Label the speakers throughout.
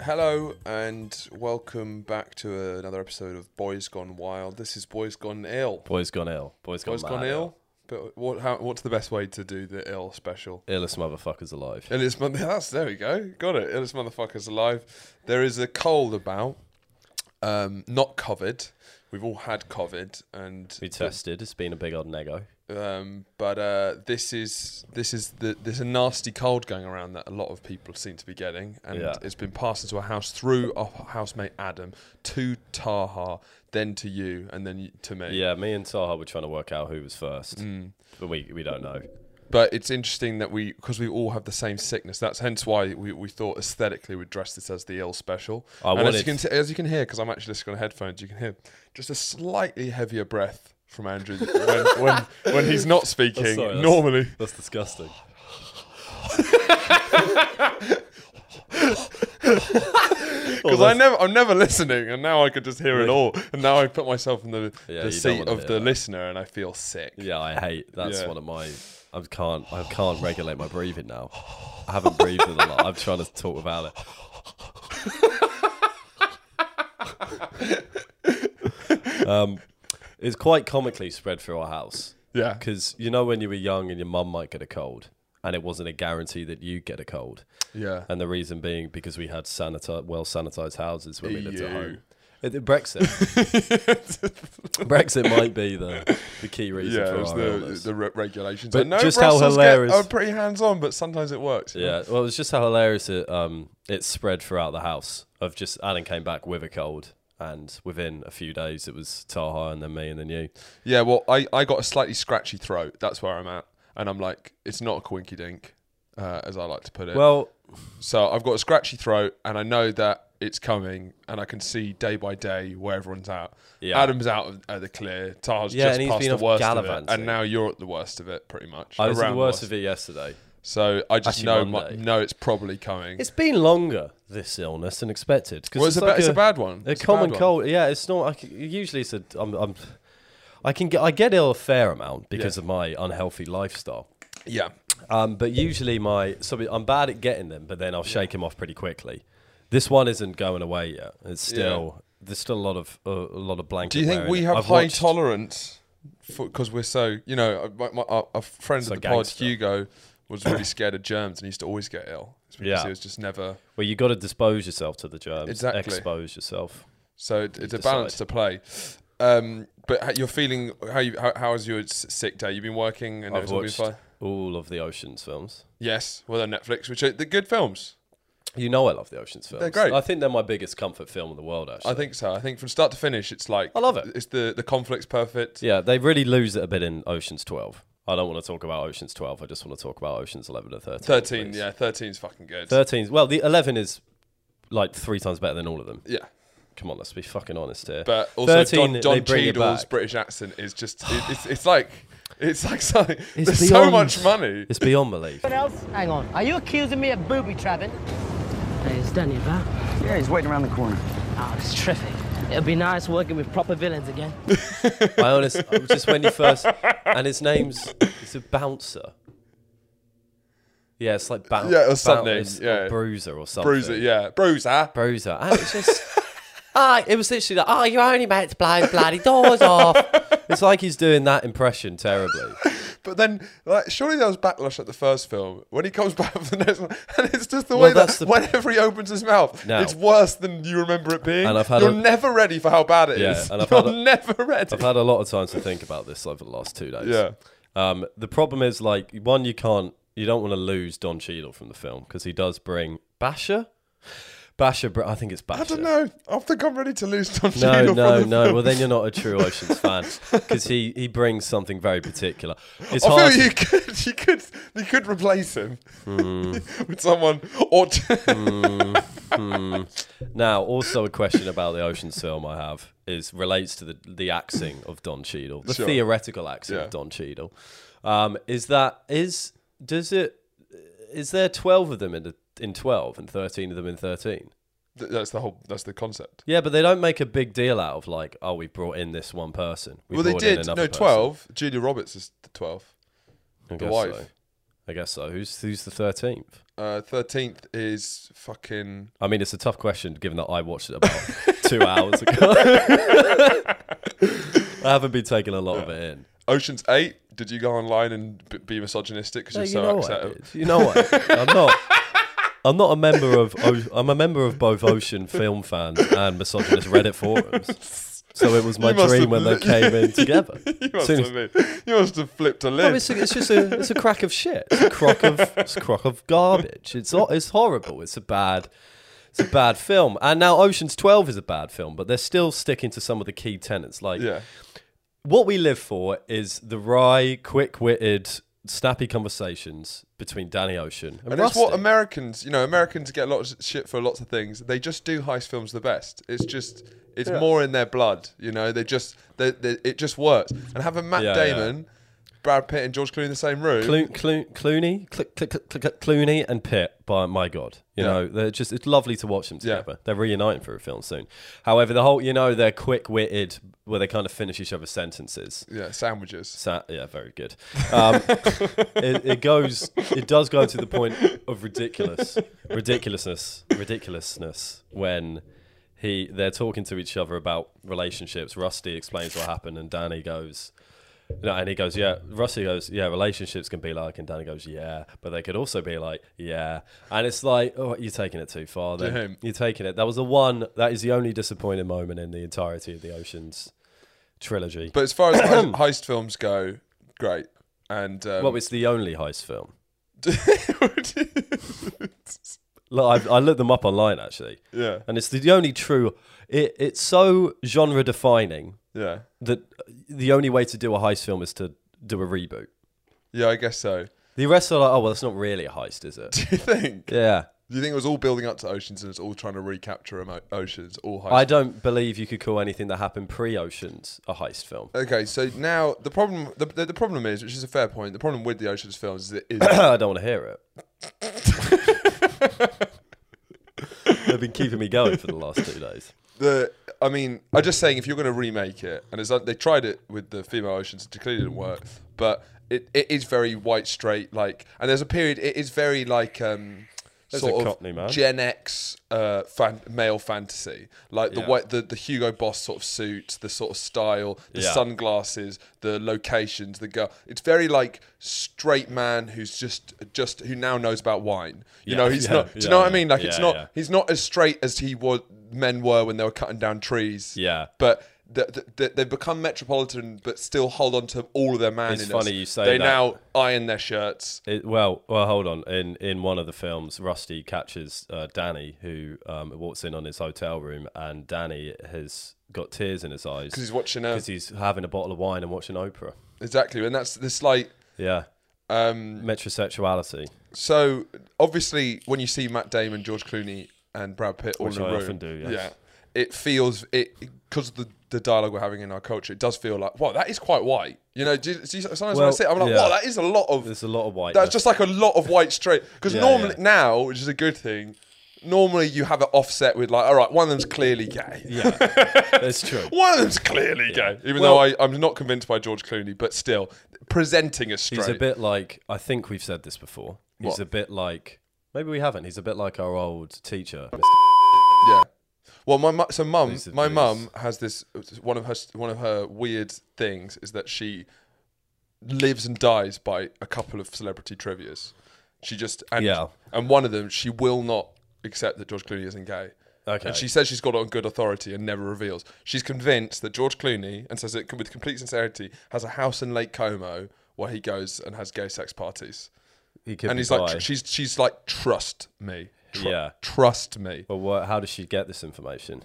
Speaker 1: Hello and welcome back to another episode of Boys Gone Wild. This is Boys Gone Ill.
Speaker 2: Boys gone ill. Boys gone,
Speaker 1: Boys Gone
Speaker 2: mad
Speaker 1: Ill. But what? How, what's the best way to do the ill special?
Speaker 2: Illest motherfuckers alive.
Speaker 1: Illest mother. That's there we go. Got it. Illest motherfuckers alive. There is a cold about. Um, not COVID. We've all had COVID, and
Speaker 2: We tested. It's been a big old nego.
Speaker 1: um, but uh, this is this is the there's a nasty cold going around that a lot of people seem to be getting, and
Speaker 2: Yeah.
Speaker 1: it's been passed into our house through our housemate Adam to Taha, then to you, and then you, to me.
Speaker 2: Yeah, me and Taha were trying to work out who was first,
Speaker 1: Mm.
Speaker 2: but we we don't know.
Speaker 1: But it's interesting that we because we all have the same sickness. That's hence why we, we thought aesthetically we'd dress this as the ill special.
Speaker 2: I
Speaker 1: and as you
Speaker 2: wanted-
Speaker 1: can t- as you can hear, because I'm actually listening on headphones, you can hear just a slightly heavier breath from Andrew when, when when he's not speaking
Speaker 2: Oh, sorry, that's-
Speaker 1: normally.
Speaker 2: That's disgusting.
Speaker 1: Because I never, I'm never listening, and now I could just hear it all, and now I put myself in the,
Speaker 2: Yeah, you
Speaker 1: the
Speaker 2: don't
Speaker 1: seat
Speaker 2: wanna
Speaker 1: of
Speaker 2: do
Speaker 1: the
Speaker 2: that.
Speaker 1: listener, and I feel sick.
Speaker 2: Yeah, I hate. That's
Speaker 1: Yeah.
Speaker 2: one of my. I can't. I can't regulate my breathing now. I haven't breathed in a lot. I'm trying to talk without it. um, it's quite comically spread through our house.
Speaker 1: Yeah,
Speaker 2: Because you know when you were young and your mum might get a cold, and it wasn't a guarantee that you'd get a cold,
Speaker 1: yeah.
Speaker 2: and the reason being because we had sanitized, well sanitized houses when we lived at
Speaker 1: Ew.
Speaker 2: home. Uh, the Brexit, Brexit might be the, the key reason
Speaker 1: yeah,
Speaker 2: for
Speaker 1: it's
Speaker 2: our
Speaker 1: the,
Speaker 2: illness.
Speaker 1: the re- regulations.
Speaker 2: But
Speaker 1: I know
Speaker 2: just how
Speaker 1: Brussels
Speaker 2: hilarious-
Speaker 1: Get, are pretty hands on, but sometimes it works. you know?
Speaker 2: yeah, well, it's just how hilarious it um it spread throughout the house. Of just Alan came back with a cold, and within a few days it was Taha and then me and then you.
Speaker 1: yeah. Well, I, I got a slightly scratchy throat. That's where I'm at, and I'm like, it's not a quinky dink, uh, as I like to put it.
Speaker 2: Well,
Speaker 1: So I've got a scratchy throat, and I know that it's coming, and I can see day by day where everyone's at.
Speaker 2: Yeah.
Speaker 1: Adam's out of uh, the clear. Tah's
Speaker 2: Yeah,
Speaker 1: just
Speaker 2: and he's
Speaker 1: past
Speaker 2: been
Speaker 1: the
Speaker 2: off
Speaker 1: worst of it,
Speaker 2: gallivanting.
Speaker 1: and now you're at the worst of it, pretty much.
Speaker 2: I was at
Speaker 1: around
Speaker 2: the worst of it yesterday.
Speaker 1: So I just
Speaker 2: Actually,
Speaker 1: know, my,
Speaker 2: Monday.
Speaker 1: know it's probably coming.
Speaker 2: It's been longer this illness than expected. 'cause
Speaker 1: well, it's, a, ba-
Speaker 2: like
Speaker 1: it's a bad one.
Speaker 2: A
Speaker 1: It's a
Speaker 2: common
Speaker 1: bad one.
Speaker 2: cold. Yeah, it's not. I c usually, it's a. I'm, I'm. I can get. I get ill a fair amount because of my unhealthy lifestyle.
Speaker 1: Yeah,
Speaker 2: Um, but usually my so I'm bad at getting them, but then I'll shake him off pretty quickly. This one isn't going away yet. It's still there's still a lot of uh, a lot of blanket.
Speaker 1: Do you think
Speaker 2: wearing
Speaker 1: we
Speaker 2: it.
Speaker 1: have
Speaker 2: I've
Speaker 1: high
Speaker 2: watched-
Speaker 1: tolerance because we're so you know uh, my, my, our, our friend
Speaker 2: So
Speaker 1: of the pod
Speaker 2: gangster.
Speaker 1: Hugo was really scared of germs and he used to always get ill. It's because
Speaker 2: Yeah.
Speaker 1: he was just never.
Speaker 2: Well, you got to dispose yourself to the germs.
Speaker 1: Exactly.
Speaker 2: Expose yourself.
Speaker 1: So it, it's a
Speaker 2: decide.
Speaker 1: balance to play. Um, but h- you're feeling how you how, how was your s- sick day? You've been working and
Speaker 2: I've
Speaker 1: it's all been
Speaker 2: watched
Speaker 1: fine.
Speaker 2: all of the Ocean's films.
Speaker 1: Yes, well, on Netflix, which are the good films.
Speaker 2: You know I love the Ocean's films.
Speaker 1: great.
Speaker 2: I think they're my biggest comfort film in the world. Actually,
Speaker 1: I think so. I think from start to finish, it's like
Speaker 2: I love it.
Speaker 1: It's the the conflict's perfect.
Speaker 2: Yeah, they really lose it a bit in Ocean's 12. I don't want to talk about Ocean's 12. I just want to talk about Ocean's 11 and 13.
Speaker 1: Thirteen,
Speaker 2: please.
Speaker 1: yeah, thirteen's fucking good.
Speaker 2: 13 's- well, the 11 is like three times better than all of them.
Speaker 1: yeah.
Speaker 2: Come on, let's be fucking honest here.
Speaker 1: But also,
Speaker 2: 13,
Speaker 1: Don,
Speaker 2: they
Speaker 1: Don
Speaker 2: bring it
Speaker 1: Cheadle's
Speaker 2: back.
Speaker 1: British accent is just, it, it's, it's like, it's like something,
Speaker 2: It's
Speaker 1: there's so
Speaker 2: beyond-
Speaker 1: much money.
Speaker 2: it's beyond belief.
Speaker 3: What else? Hang on. Are you accusing me of booby trapping?
Speaker 4: Hey, it's Danny, pal.
Speaker 5: Yeah, he's waiting around the corner.
Speaker 4: Oh, it's terrific. It'll be nice working with proper villains again.
Speaker 2: I honest, just when you first, and his name's it's a bouncer. Yeah, it's like bouncer.
Speaker 1: Yeah, or something, yeah.
Speaker 2: bruiser or something.
Speaker 1: Bruiser, yeah. Bruiser.
Speaker 2: Bruiser. And it's just, ah, it was literally like, oh, you're only meant to blow bloody doors off. It's like he's doing that impression terribly.
Speaker 1: But then, like, surely there was backlash at the first film. When he comes back for the next one, and it's just the
Speaker 2: Well,
Speaker 1: way that
Speaker 2: that's the-
Speaker 1: whenever he opens his mouth,
Speaker 2: No.
Speaker 1: it's worse than you remember it being.
Speaker 2: And I've had
Speaker 1: You're
Speaker 2: a-
Speaker 1: never ready for how bad it is.
Speaker 2: Yeah, and I've
Speaker 1: You're
Speaker 2: had a-
Speaker 1: never ready.
Speaker 2: I've had a lot of time to think about this over the last two days.
Speaker 1: Yeah.
Speaker 2: Um, the problem is like one, you can't, you don't want to lose Don Cheadle from the film because he does bring Basher. Basher, Br- I think it's Basher.
Speaker 1: I don't know. I think I'm ready to lose Don
Speaker 2: No,
Speaker 1: Cheadle
Speaker 2: no,
Speaker 1: from the
Speaker 2: no.
Speaker 1: film.
Speaker 2: Well, then you're not a true Ocean's fan because he, he brings something very particular. It's
Speaker 1: I
Speaker 2: hard.
Speaker 1: feel you could, you could, you could replace him
Speaker 2: Hmm.
Speaker 1: with someone, or
Speaker 2: Now, also a question about the Ocean's film I have is relates to the the axing of Don Cheadle, the
Speaker 1: Sure.
Speaker 2: theoretical axing
Speaker 1: Yeah.
Speaker 2: of Don Cheadle. Um, is that is does it is there twelve of them in the, in twelve and thirteen of them in thirteen?
Speaker 1: Th- that's the whole, that's the concept.
Speaker 2: Yeah, but they don't make a big deal out of like, oh, we brought in this one person. We
Speaker 1: well, they
Speaker 2: brought in
Speaker 1: did.
Speaker 2: another
Speaker 1: No,
Speaker 2: person.
Speaker 1: twelve. Julia Roberts is the twelve.
Speaker 2: I
Speaker 1: The
Speaker 2: guess
Speaker 1: wife. Uh,
Speaker 2: so. I guess so. Who's who's the thirteenth?
Speaker 1: Thirteenth is fucking.
Speaker 2: I mean, it's a tough question given that I watched it about two hours ago. I haven't been taking a lot of it in.
Speaker 1: Ocean's Eight. Did you go online and b- be misogynistic because
Speaker 2: No,
Speaker 1: you're
Speaker 2: you,
Speaker 1: so upset?
Speaker 2: know what I did. you know what? I'm not. I'm not a member of. O- I'm a member of both Ocean film fans and misogynist Reddit forums. So it was my
Speaker 1: You must
Speaker 2: dream
Speaker 1: have
Speaker 2: when they
Speaker 1: li-
Speaker 2: came in together.
Speaker 1: You must,
Speaker 2: Soon as-
Speaker 1: have been- you must have flipped a lid.
Speaker 2: No, it's, a- it's just a it's a crack of shit. It's a crock of it's a crock of garbage. It's ho- it's horrible. It's a bad it's a bad film. And now Ocean's Twelve is a bad film, but they're still sticking to some of the key tenets. Like
Speaker 1: yeah,
Speaker 2: what we live for is the wry, quick-witted, snappy conversations between Danny Ocean and,
Speaker 1: and it's what
Speaker 2: Rusty.
Speaker 1: Americans. You know, Americans get lots of shit for lots of things. They just do heist films the best. It's just. It's more in their blood, you know. They just, they, they, it just works. And having Matt
Speaker 2: Yeah, yeah.
Speaker 1: Damon, Brad Pitt, and George Clooney in the same room,
Speaker 2: Clo- Clo- Clooney, Cl- Cl- Cl- Cl- Clooney, and Pitt. By my God, you
Speaker 1: Yeah.
Speaker 2: know they're just it's lovely to watch them
Speaker 1: Yeah.
Speaker 2: together. They're reuniting for a film soon. However, the whole you know they're quick witted where they kind of finish each other's sentences.
Speaker 1: yeah, sandwiches.
Speaker 2: Sa- yeah, very good. Um, it, it goes, it does go to the point of ridiculous, ridiculousness, ridiculousness when he they're talking to each other about relationships. Rusty explains what happened, and Danny goes. No, and he goes, yeah. Rusty goes, yeah. Relationships can be like, and Danny goes, yeah, but they could also be like, yeah. And it's like, oh, you're taking it too far. Then
Speaker 1: him.
Speaker 2: you're taking it. That was the one. That is the only disappointing moment in the entirety of the Ocean's trilogy.
Speaker 1: But as far as heist, heist films go, great. And um,
Speaker 2: Well, it's the only heist film.
Speaker 1: it's
Speaker 2: Look, I, I looked them up online actually,
Speaker 1: yeah,
Speaker 2: and it's the only true. It, it's so genre defining
Speaker 1: yeah,
Speaker 2: that the only way to do a heist film is to do a reboot.
Speaker 1: yeah. I guess so.
Speaker 2: The rest are like, oh well, that's not really a heist, is it?
Speaker 1: Do you think?
Speaker 2: yeah,
Speaker 1: Do you think it was all building up to Oceans and it's all trying to recapture emo- Oceans? All heist.
Speaker 2: I don't believe you could call anything that happened pre-Oceans a heist film.
Speaker 1: okay, so now the problem, the, the, the problem is, which is a fair point. The problem with the Oceans films is, it is
Speaker 2: I don't want to hear it. They've been keeping me going for the last two days.
Speaker 1: the. I mean, I'm just saying, if you're going to remake it, and it's like they tried it with the female Oceans, it clearly didn't work. But it, it is very white straight, like, and there's a period. It is very like. um
Speaker 2: There's
Speaker 1: Sort
Speaker 2: a
Speaker 1: of
Speaker 2: Cockney man.
Speaker 1: Gen X uh, fan- male fantasy, like the
Speaker 2: Yeah.
Speaker 1: white, the, the Hugo Boss sort of suit, the sort of style, the
Speaker 2: Yeah.
Speaker 1: sunglasses, the locations, the girl. It's very like straight man who's just just who now knows about wine. You
Speaker 2: Yeah,
Speaker 1: know, he's
Speaker 2: yeah,
Speaker 1: not. Do you
Speaker 2: yeah,
Speaker 1: know what I
Speaker 2: yeah,
Speaker 1: mean? Like it's
Speaker 2: yeah,
Speaker 1: not.
Speaker 2: yeah.
Speaker 1: He's not as straight as he was. Men were when they were cutting down trees.
Speaker 2: Yeah.
Speaker 1: but. th th th- they've become metropolitan, but still hold on to all of their manliness.
Speaker 2: funny you say
Speaker 1: They
Speaker 2: that.
Speaker 1: now iron their shirts.
Speaker 2: It, well, well, hold on. In in one of the films, Rusty catches uh, Danny, who um, walks in on his hotel room, and Danny has got tears in his eyes
Speaker 1: 'Cause he's watching, uh,
Speaker 2: because he's having a bottle of wine and watching Oprah.
Speaker 1: Exactly, and that's this like
Speaker 2: Yeah,
Speaker 1: um,
Speaker 2: metrosexuality,
Speaker 1: So obviously, when you see Matt Damon, George Clooney, and Brad Pitt all
Speaker 2: Which
Speaker 1: in a
Speaker 2: I
Speaker 1: room,
Speaker 2: often do, yes.
Speaker 1: yeah, it feels it because of the, the dialogue we're having in our culture. It does feel like wow, that is quite white. You know, do you, do you- sometimes when I
Speaker 2: Well,
Speaker 1: see it, I'm like,
Speaker 2: yeah.
Speaker 1: wow, that is a lot of.
Speaker 2: There's a lot of whiteness.
Speaker 1: That's just like a lot of white straight. Because
Speaker 2: Yeah,
Speaker 1: normally
Speaker 2: yeah.
Speaker 1: now, which is a good thing, normally you have it offset with like, all right, one of them's clearly gay.
Speaker 2: that's true.
Speaker 1: One of them's clearly gay, even
Speaker 2: Well-
Speaker 1: though I, I'm not convinced by George Clooney, but still presenting as straight.
Speaker 2: He's a bit like I think we've said this before. He's
Speaker 1: What?
Speaker 2: a bit like maybe we haven't. He's a bit like our old teacher. Mr.
Speaker 1: Yeah. Well, my mu- so mum,
Speaker 2: These are
Speaker 1: my
Speaker 2: those-
Speaker 1: mum has this one of her one of her weird things is that she lives and dies by a couple of celebrity trivia's. She just and
Speaker 2: Yeah.
Speaker 1: and one of them she will not accept that George Clooney isn't gay.
Speaker 2: Okay.
Speaker 1: And she says she's got it on good authority and never reveals. She's convinced that George Clooney and says it with complete sincerity has a house in Lake Como where he goes and has gay sex parties.
Speaker 2: He could
Speaker 1: and
Speaker 2: be
Speaker 1: he's like
Speaker 2: bi.
Speaker 1: tr- she's she's like trust me. Tru-
Speaker 2: Yeah.
Speaker 1: Trust me.
Speaker 2: But what, how does she get this information?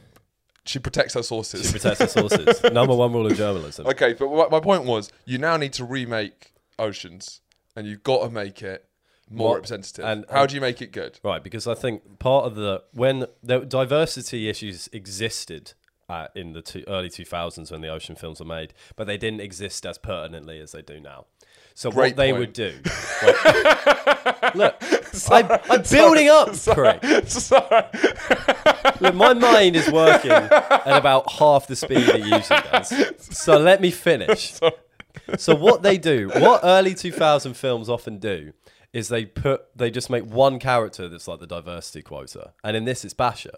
Speaker 1: She protects her sources.
Speaker 2: She protects her sources. Number one rule of journalism.
Speaker 1: Okay, but my- my point was, you now need to remake Oceans, and you've got to make it more
Speaker 2: What-
Speaker 1: representative.
Speaker 2: and-
Speaker 1: how
Speaker 2: and-
Speaker 1: do you make it good?
Speaker 2: Right, because I think part of the when the diversity issues existed uh, in the two, early 2000s when the ocean films were made, but they didn't exist as pertinently as they do now. So
Speaker 1: Great
Speaker 2: what they
Speaker 1: point.
Speaker 2: would do? Well, look, I, I'm building up, prick.
Speaker 1: Sorry.
Speaker 2: Look, my mind is working at about half the speed it usually does. So let me finish. So what they do, what early 2000 films often do, is they put they just make one character that's like the diversity quota, and in this it's Basher.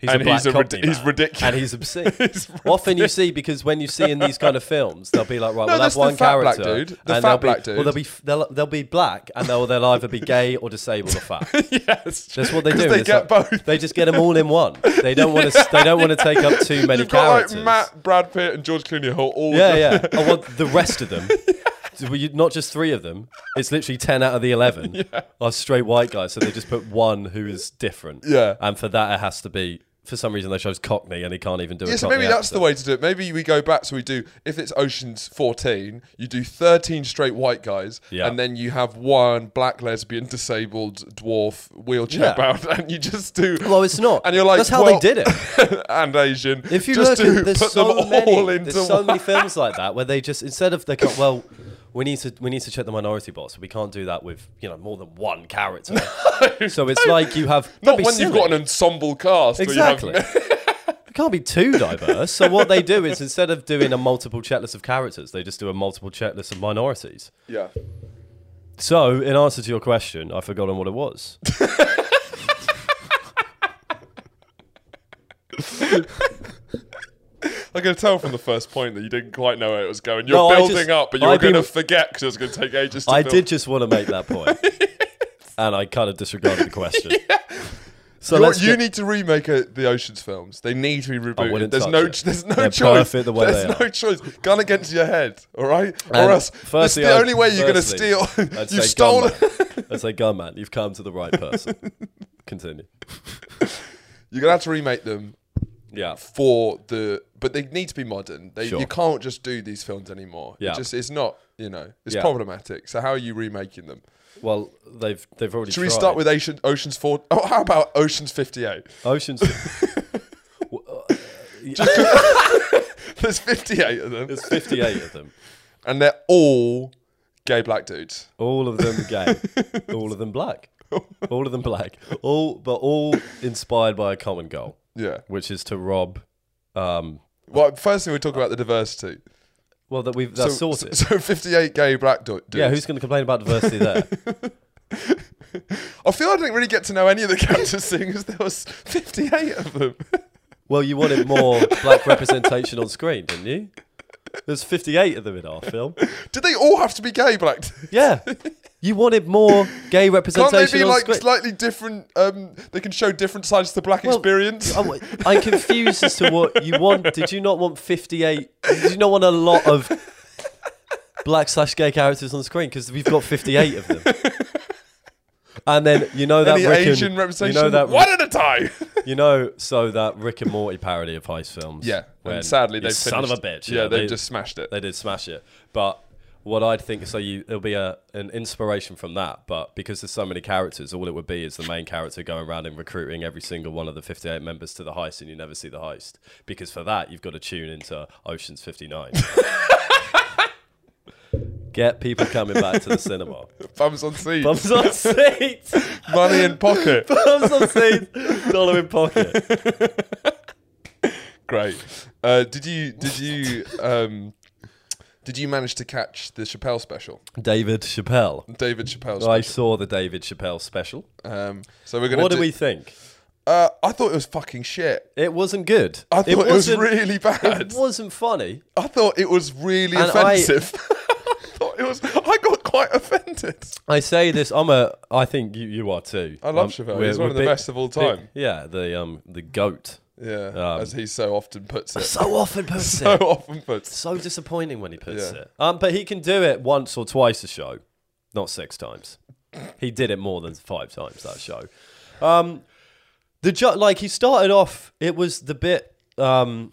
Speaker 2: He's
Speaker 1: And
Speaker 2: a black
Speaker 1: he's a
Speaker 2: company
Speaker 1: rid- he's
Speaker 2: man,
Speaker 1: ridiculous.
Speaker 2: and he's obscene. Often you see because when you see in these kind of films, they'll be like, right, well
Speaker 1: that's
Speaker 2: that's
Speaker 1: the
Speaker 2: one
Speaker 1: fat black
Speaker 2: character,
Speaker 1: dude. The fat
Speaker 2: and they'll
Speaker 1: black
Speaker 2: be,
Speaker 1: dude.
Speaker 2: Well, they'll be they'll, they'll be black, and they'll they'll either be gay or disabled or fat.
Speaker 1: yes,
Speaker 2: That's what they do.
Speaker 1: 'Cause
Speaker 2: and
Speaker 1: They
Speaker 2: it's
Speaker 1: get
Speaker 2: like-
Speaker 1: both.
Speaker 2: They just get them all in one. They don't want to. They don't want to take up too many
Speaker 1: You've got
Speaker 2: characters.
Speaker 1: like Matt, Brad Pitt, and George Clooney all. all
Speaker 2: Yeah,
Speaker 1: the-
Speaker 2: yeah. I want the rest of them. So we- Not just three of them. It's literally ten out of the eleven are straight white guys. So they just put one who is different.
Speaker 1: Yeah.
Speaker 2: And for that, it has to be. For some reason, they chose Cockney, and he can't even do it.
Speaker 1: Yeah, so maybe that's the way to do it. Maybe we go back. So we do, if it's Ocean's 14, you do 13 straight white guys,
Speaker 2: Yeah.
Speaker 1: and then you have one black lesbian, disabled, dwarf, wheelchair
Speaker 2: Yeah.
Speaker 1: bound, and you just do.
Speaker 2: Well, it's not.
Speaker 1: And you're like,
Speaker 2: that's how
Speaker 1: well-
Speaker 2: they did it.
Speaker 1: and Asian.
Speaker 2: If you
Speaker 1: just
Speaker 2: look,
Speaker 1: to
Speaker 2: at, there's
Speaker 1: put
Speaker 2: so
Speaker 1: them
Speaker 2: many,
Speaker 1: all into
Speaker 2: there's so
Speaker 1: one.
Speaker 2: many films like that where they just instead of they go, well, we need to we need to check the minority box. We can't do that with you know more than one character. so it's like you have
Speaker 1: Not
Speaker 2: don't be
Speaker 1: when you've got
Speaker 2: silly.
Speaker 1: an ensemble cast. where you have-
Speaker 2: Exactly. it can't be too diverse. So what they do is instead of doing a multiple checklist of characters, they just do a multiple checklist of minorities.
Speaker 1: yeah.
Speaker 2: So in answer to your question, I've forgotten what it was.
Speaker 1: I can tell from the first point that you didn't quite know where it was going. You're
Speaker 2: No, I
Speaker 1: building
Speaker 2: just-
Speaker 1: up, but you were
Speaker 2: I've been-
Speaker 1: going to forget because it was going to take ages to
Speaker 2: I
Speaker 1: build.
Speaker 2: did just want to make that point, and I kind of disregarded the question. So
Speaker 1: You're-
Speaker 2: let's
Speaker 1: you
Speaker 2: get-
Speaker 1: need to remake uh the Ocean's films. They need to be rebooted.
Speaker 2: wouldn't
Speaker 1: There's
Speaker 2: touch
Speaker 1: no,
Speaker 2: it.
Speaker 1: there's no
Speaker 2: They're
Speaker 1: choice.
Speaker 2: perfect the way
Speaker 1: there's
Speaker 2: they
Speaker 1: no
Speaker 2: are.
Speaker 1: choice. Gun against your head, all right?
Speaker 2: And
Speaker 1: or else, that's
Speaker 2: firstly,
Speaker 1: the
Speaker 2: I'd-
Speaker 1: only way you're going to
Speaker 2: firstly,
Speaker 1: steal.
Speaker 2: I'd
Speaker 1: You've
Speaker 2: say
Speaker 1: stolen.
Speaker 2: gunman. I'd say, gunman, you've come to the right person. Continue.
Speaker 1: You're going to have to remake them
Speaker 2: Yeah.
Speaker 1: for the, but they need to be modern. They,
Speaker 2: Sure.
Speaker 1: You can't just do these films anymore. It
Speaker 2: Yeah.
Speaker 1: just it's not. You know, it's
Speaker 2: Yeah.
Speaker 1: problematic. So how are you remaking them?
Speaker 2: Well, they've they've already.
Speaker 1: Should we
Speaker 2: tried.
Speaker 1: start with Ocean, Ocean's Four? Oh, how about Ocean's Fifty Eight?
Speaker 2: Ocean's?
Speaker 1: There's 58 of them,
Speaker 2: There's 58 of them.
Speaker 1: and they're all gay black dudes.
Speaker 2: All of them gay. all of them black. All of them black. All but all inspired by a common goal,
Speaker 1: Yeah.
Speaker 2: which is to rob. Um,
Speaker 1: Well, first thing we talk about the diversity.
Speaker 2: well, that we've that's
Speaker 1: so,
Speaker 2: sorted.
Speaker 1: So 58 gay black du- dudes.
Speaker 2: yeah, who's going to complain about diversity there?
Speaker 1: I feel I didn't really get to know any of the characters seeing as there was 58 of them.
Speaker 2: Well, you wanted more black representation on screen, didn't you? There's 58 of them in our film.
Speaker 1: Did they all have to be gay black? dudes?
Speaker 2: Yeah. You wanted more gay
Speaker 1: Can't they
Speaker 2: representation
Speaker 1: be
Speaker 2: on
Speaker 1: like
Speaker 2: screen.
Speaker 1: slightly different? Um, they can show different sides to the black
Speaker 2: Well,
Speaker 1: experience.
Speaker 2: I'm, I'm confused as to what you want. Did you not want 58? Did you not want a lot of black slash gay characters on screen? Because we've got 58 of them. And then you know that
Speaker 1: Any
Speaker 2: Rick and-
Speaker 1: Asian representation?
Speaker 2: You know that
Speaker 1: One at a time.
Speaker 2: you know so that Rick and Morty parody of heist films.
Speaker 1: yeah.
Speaker 2: when-
Speaker 1: And sadly,
Speaker 2: you
Speaker 1: they've
Speaker 2: son of a
Speaker 1: finished-
Speaker 2: bitch.
Speaker 1: Yeah, they've
Speaker 2: they-
Speaker 1: just smashed it.
Speaker 2: they did smash it. But what I'd think, so you, it'll be a, an inspiration from that. But because there's so many characters, all it would be is the main character going around and recruiting every single one of the 58 members to the heist, and you never see the heist. Because for that, you've got to tune into Ocean's 59. Get people coming back to the cinema.
Speaker 1: Bums on seats.
Speaker 2: Bums on seats.
Speaker 1: Money in pocket.
Speaker 2: Bums on seats. Dollar in pocket.
Speaker 1: Great. Uh, did you did you um, did you manage to catch the Chappelle special?
Speaker 2: David Chappelle.
Speaker 1: David Chappelle
Speaker 2: I
Speaker 1: special.
Speaker 2: saw the David Chappelle special.
Speaker 1: Um, so we're gonna.
Speaker 2: What do we think?
Speaker 1: Uh, I thought it was fucking shit.
Speaker 2: It wasn't good.
Speaker 1: I thought it, was
Speaker 2: wasn't-
Speaker 1: really bad.
Speaker 2: It wasn't funny.
Speaker 1: I thought it was really
Speaker 2: And I-
Speaker 1: offensive. I, thought it was. I got quite offended.
Speaker 2: I say this. I'm a. I think you, you are too. Um,
Speaker 1: I love Chappelle. He's one of the best of all time.
Speaker 2: yeah, the um the goat.
Speaker 1: Yeah,
Speaker 2: Um,
Speaker 1: as he so often puts it.
Speaker 2: So often puts
Speaker 1: So
Speaker 2: it.
Speaker 1: often puts.
Speaker 2: So disappointing when he puts
Speaker 1: Yeah.
Speaker 2: it. Um, but he can do it once or twice a show, not six times. He did it more than five times that show. Um, the ju- like he started off. It was the bit. Um,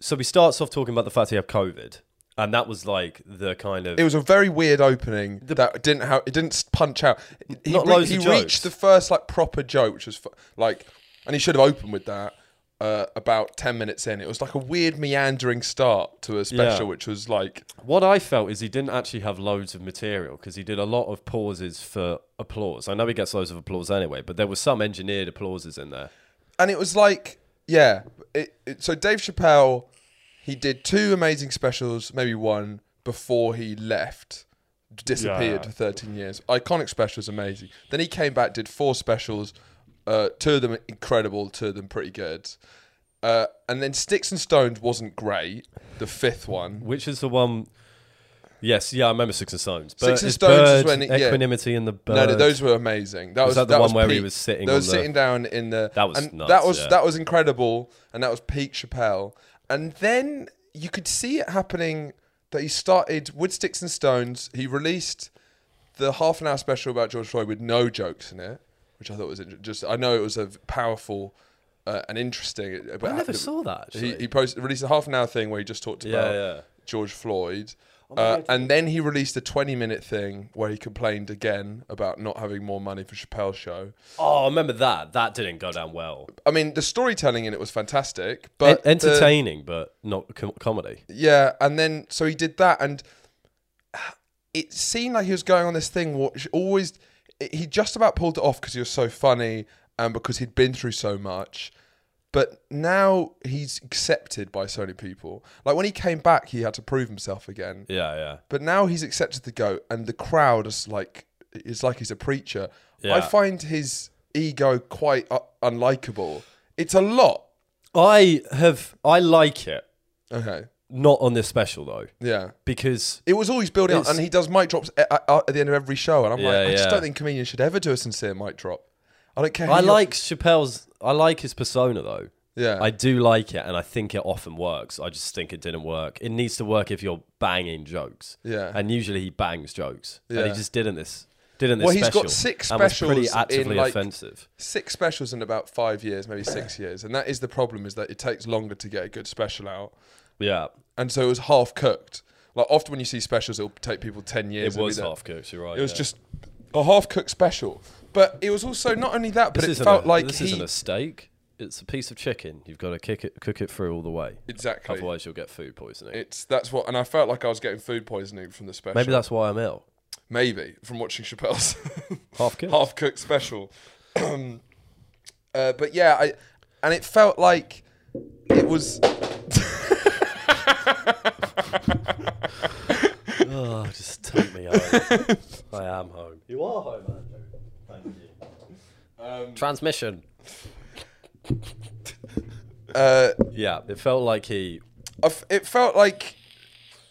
Speaker 2: so he starts off talking about the fact he had COVID, and that was like the kind of
Speaker 1: It was a very weird opening that didn't have it didn't punch out. He,
Speaker 2: Not
Speaker 1: re-
Speaker 2: loads
Speaker 1: he
Speaker 2: of jokes.
Speaker 1: reached the first like proper joke, which was fu- like, and he should have opened with that. Uh, about ten minutes in, it was like a weird meandering start to a special, which was like,
Speaker 2: What I felt is he didn't actually have loads of material because he did a lot of pauses for applause. I know he gets loads of applause anyway, but there were some engineered applauses in there.
Speaker 1: and it was like, yeah. It, it, so Dave Chappelle, he did two amazing specials, maybe one before he left disappeared
Speaker 5: Yeah.
Speaker 1: for 13 years. Iconic specials, amazing. Then he came back, did four specials, uh, two of them incredible, two of them pretty good. Uh, and then Sticks and Stones wasn't great, the fifth one.
Speaker 2: Which is the one? Yes, yeah, I remember Six and Stones. But
Speaker 1: Six and
Speaker 2: it's
Speaker 1: Stones is
Speaker 2: Bird,
Speaker 1: when it- yeah.
Speaker 2: equanimity and the bird.
Speaker 1: No, no, those were amazing. That was,
Speaker 2: Was that the one where he
Speaker 1: peak.
Speaker 2: was sitting
Speaker 1: They
Speaker 2: on
Speaker 1: were
Speaker 2: the-
Speaker 1: sitting down in the.
Speaker 2: That was
Speaker 1: and
Speaker 2: nuts,
Speaker 1: That was
Speaker 2: yeah.
Speaker 1: that was incredible, and that was peak Chappelle. And then you could see it happening that he started with Sticks and Stones. He released the half an hour special about George Floyd with no jokes in it, which I thought was inter- just. I know it was a powerful uh, and interesting. But
Speaker 2: I never saw that. Actually.
Speaker 1: He, he posted released a half an hour thing where he just talked
Speaker 2: Yeah,
Speaker 1: about
Speaker 2: yeah.
Speaker 1: George Floyd. Uh, and then he released a 20 minute thing where he complained again about not having more money for Chappelle's show.
Speaker 2: oh, I remember that. That didn't go down well.
Speaker 1: I mean, the storytelling in it was fantastic,
Speaker 2: En-
Speaker 1: but. the-
Speaker 2: entertaining, but not com- comedy.
Speaker 1: yeah, and then so he did that, and it seemed like he was going on this thing which always. He just about pulled it off because he was so funny and because he'd been through so much. But now he's accepted by so many people. Like when he came back, he had to prove himself again.
Speaker 2: Yeah, yeah.
Speaker 1: But now he's accepted to go, and the crowd is like, it's like he's a preacher. I
Speaker 2: Yeah.
Speaker 1: find his ego quite uh, unlikable. It's a lot.
Speaker 2: I have. I like it.
Speaker 1: Okay.
Speaker 2: Not on this special though,
Speaker 1: Yeah.
Speaker 2: because
Speaker 1: It was always building up,
Speaker 2: It's-
Speaker 1: and he does mic drops at, at, at the end of every show, and I'm
Speaker 2: Yeah,
Speaker 1: like, I just
Speaker 2: yeah.
Speaker 1: don't think comedians should ever do a sincere mic drop. I don't care. who
Speaker 2: I
Speaker 1: you're-
Speaker 2: like Chappelle's. I like his persona though.
Speaker 1: Yeah.
Speaker 2: I do like it, and I think it often works. I just think it didn't work. It needs to work if you're banging jokes.
Speaker 1: Yeah.
Speaker 2: and usually he bangs jokes, and
Speaker 1: Yeah.
Speaker 2: he just didn't this. Didn't this?
Speaker 1: Well, he's
Speaker 2: special,
Speaker 1: got six
Speaker 2: and was pretty
Speaker 1: specials in,
Speaker 2: actively
Speaker 1: like-
Speaker 2: offensive.
Speaker 1: six specials in about five years, maybe six years, and that is the problem: is that it takes longer to get a good special out.
Speaker 2: Yeah,
Speaker 1: and so it was half cooked. Like often when you see specials, it'll take people ten years.
Speaker 2: it
Speaker 1: to be
Speaker 2: was
Speaker 1: there.
Speaker 2: half cooked. You're right.
Speaker 1: It was
Speaker 2: yeah.
Speaker 1: just a half cooked special, but it was also not only that, but
Speaker 2: This
Speaker 1: it
Speaker 2: isn't
Speaker 1: felt
Speaker 2: a,
Speaker 1: like
Speaker 2: this
Speaker 1: he
Speaker 2: isn't a steak. It's a piece of chicken. You've got to kick it, cook it through all the way.
Speaker 1: exactly.
Speaker 2: Otherwise, you'll get food poisoning.
Speaker 1: It's that's what, and I felt like I was getting food poisoning from the special.
Speaker 2: Maybe that's why I'm ill.
Speaker 1: maybe from watching Chappelle's
Speaker 2: Half-cooked.
Speaker 1: half cooked special. uh, but yeah, I and it felt like it was.
Speaker 2: Oh, just take me home. I am home. You are home, Andrew. Thank you. Um, Transmission.
Speaker 1: Uh,
Speaker 2: Yeah, it felt like he.
Speaker 1: I f- it felt like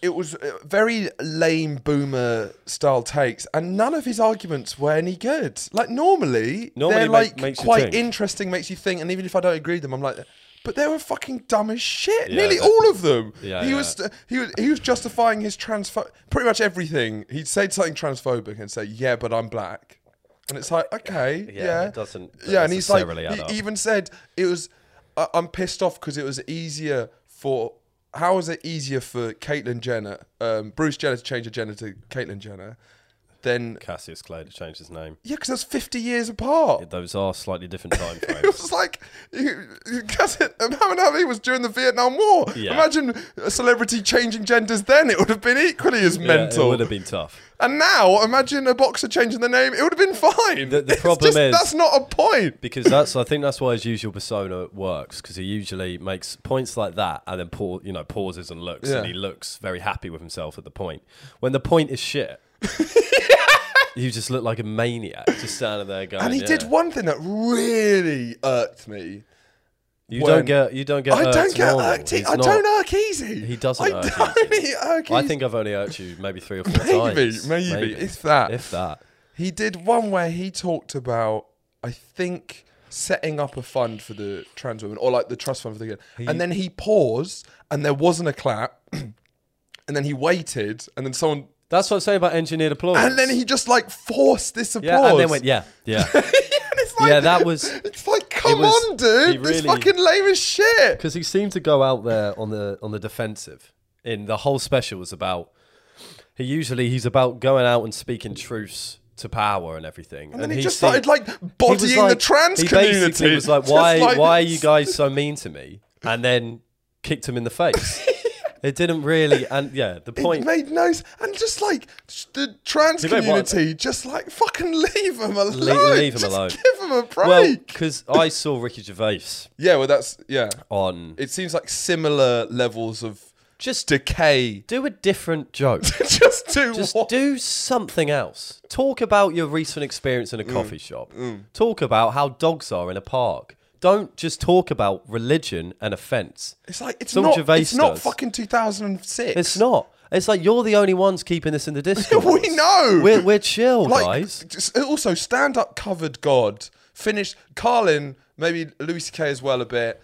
Speaker 1: it was uh, very lame boomer style takes, and none of his arguments were any good. Like normally,
Speaker 2: Normally
Speaker 1: they're
Speaker 2: make-
Speaker 1: like
Speaker 2: makes you
Speaker 1: quite
Speaker 2: think.
Speaker 1: interesting, makes you think. And even if I don't agree with them, I'm like, but they were fucking dumb as shit.
Speaker 2: Yeah,
Speaker 1: Nearly
Speaker 2: that-
Speaker 1: all of them.
Speaker 2: Yeah,
Speaker 1: he
Speaker 2: yeah.
Speaker 1: was he was he was justifying his transpho pretty much everything. He'd say something transphobic and say, "Yeah, but I'm black," and it's like, okay, yeah,
Speaker 2: Yeah, it doesn't
Speaker 1: yeah, and he's like,
Speaker 2: necessarily add up.
Speaker 1: he even said it was. I I'm pissed off because it was easier for. How was it easier for Caitlyn Jenner, um, Bruce Jenner to change a Jenner to Caitlyn Jenner, than
Speaker 2: Cassius Clay to change his name.
Speaker 1: yeah, because that's 50 years apart.
Speaker 2: Those are slightly different time
Speaker 1: It
Speaker 2: frames.
Speaker 1: was like because Muhammad Ali was during the Vietnam War.
Speaker 2: Yeah.
Speaker 1: Imagine a celebrity changing genders then; it would have been equally as
Speaker 2: Yeah,
Speaker 1: mental.
Speaker 2: it would have been tough.
Speaker 1: And now, imagine a boxer changing the name; it would have been fine.
Speaker 2: The- the
Speaker 1: It's
Speaker 2: problem
Speaker 1: just-
Speaker 2: is-
Speaker 1: that's not a point.
Speaker 2: Because that's, I think that's why his usual persona works. Because he usually makes points like that, and then pau- you know pauses and looks, and
Speaker 1: Yeah.
Speaker 2: he looks very happy with himself at the point. When the point is shit, you just look like a maniac, just standing there going.
Speaker 1: And he did
Speaker 2: "Yeah."
Speaker 1: one thing that really irked me.
Speaker 2: You
Speaker 1: when-
Speaker 2: don't get. You don't get.
Speaker 1: I don't
Speaker 2: irked
Speaker 1: get
Speaker 2: normal.
Speaker 1: irked. e-
Speaker 2: He's
Speaker 1: I
Speaker 2: not-
Speaker 1: don't irk easy.
Speaker 2: He doesn't.
Speaker 1: I
Speaker 2: irk
Speaker 1: don't
Speaker 2: easy.
Speaker 1: irk
Speaker 2: I
Speaker 1: easy.
Speaker 2: think I've only irked you maybe three or four
Speaker 1: Maybe,
Speaker 2: times.
Speaker 1: maybe, if that.
Speaker 2: If that.
Speaker 1: He did one where he talked about, I think, setting up a fund for the trans women or like the trust fund for the And then he paused and there wasn't a clap. and then he waited and then someone.
Speaker 2: That's what I'm saying about engineered applause.
Speaker 1: And then he just like forced this applause.
Speaker 2: Yeah, and then went. Yeah, yeah.
Speaker 1: And it's like-
Speaker 2: Yeah, that was-
Speaker 1: It's like, come
Speaker 2: was-
Speaker 1: on, dude.
Speaker 2: he
Speaker 1: This
Speaker 2: really-
Speaker 1: fucking lame as shit.
Speaker 2: because he seemed to go out there on the on the defensive. In the whole special was about he usually he's about going out and speaking truths to power and everything.
Speaker 1: And then he,
Speaker 2: he
Speaker 1: just
Speaker 2: seemed-
Speaker 1: started like
Speaker 2: he was
Speaker 1: bodying the
Speaker 2: like-
Speaker 1: trans
Speaker 2: he
Speaker 1: community.
Speaker 2: basically was like,
Speaker 1: Just
Speaker 2: "Why
Speaker 1: like-
Speaker 2: why are you guys so mean to me?" And then kicked him in the face. it didn't really, and yeah, the
Speaker 1: It
Speaker 2: point.
Speaker 1: made no s- and just like sh- the trans
Speaker 2: made one-
Speaker 1: community, just like fucking leave them alone.
Speaker 2: Le- leave 'em
Speaker 1: Just
Speaker 2: alone.
Speaker 1: Give them a break.
Speaker 2: Well, because I saw Ricky Gervais
Speaker 1: yeah, well, that's yeah.
Speaker 2: on
Speaker 1: It seems like similar levels of
Speaker 2: Oh. Just
Speaker 1: decay.
Speaker 2: do a different joke.
Speaker 1: Just do
Speaker 2: Just
Speaker 1: what?
Speaker 2: do something else. Talk about your recent experience
Speaker 1: Mm.
Speaker 2: in a coffee shop. Talk about how dogs are in a park. Don't just talk about religion and offence.
Speaker 1: it's like it's
Speaker 2: Some
Speaker 1: not.
Speaker 2: Gervais
Speaker 1: It's not
Speaker 2: does.
Speaker 1: fucking 2006.
Speaker 2: It's not. It's like you're the only ones keeping this in the Discord.
Speaker 1: We know.
Speaker 2: We're, we're chill, guys.
Speaker 1: just- uh, also, stand up covered God finished Carlin, maybe Louis C.K. as well a bit.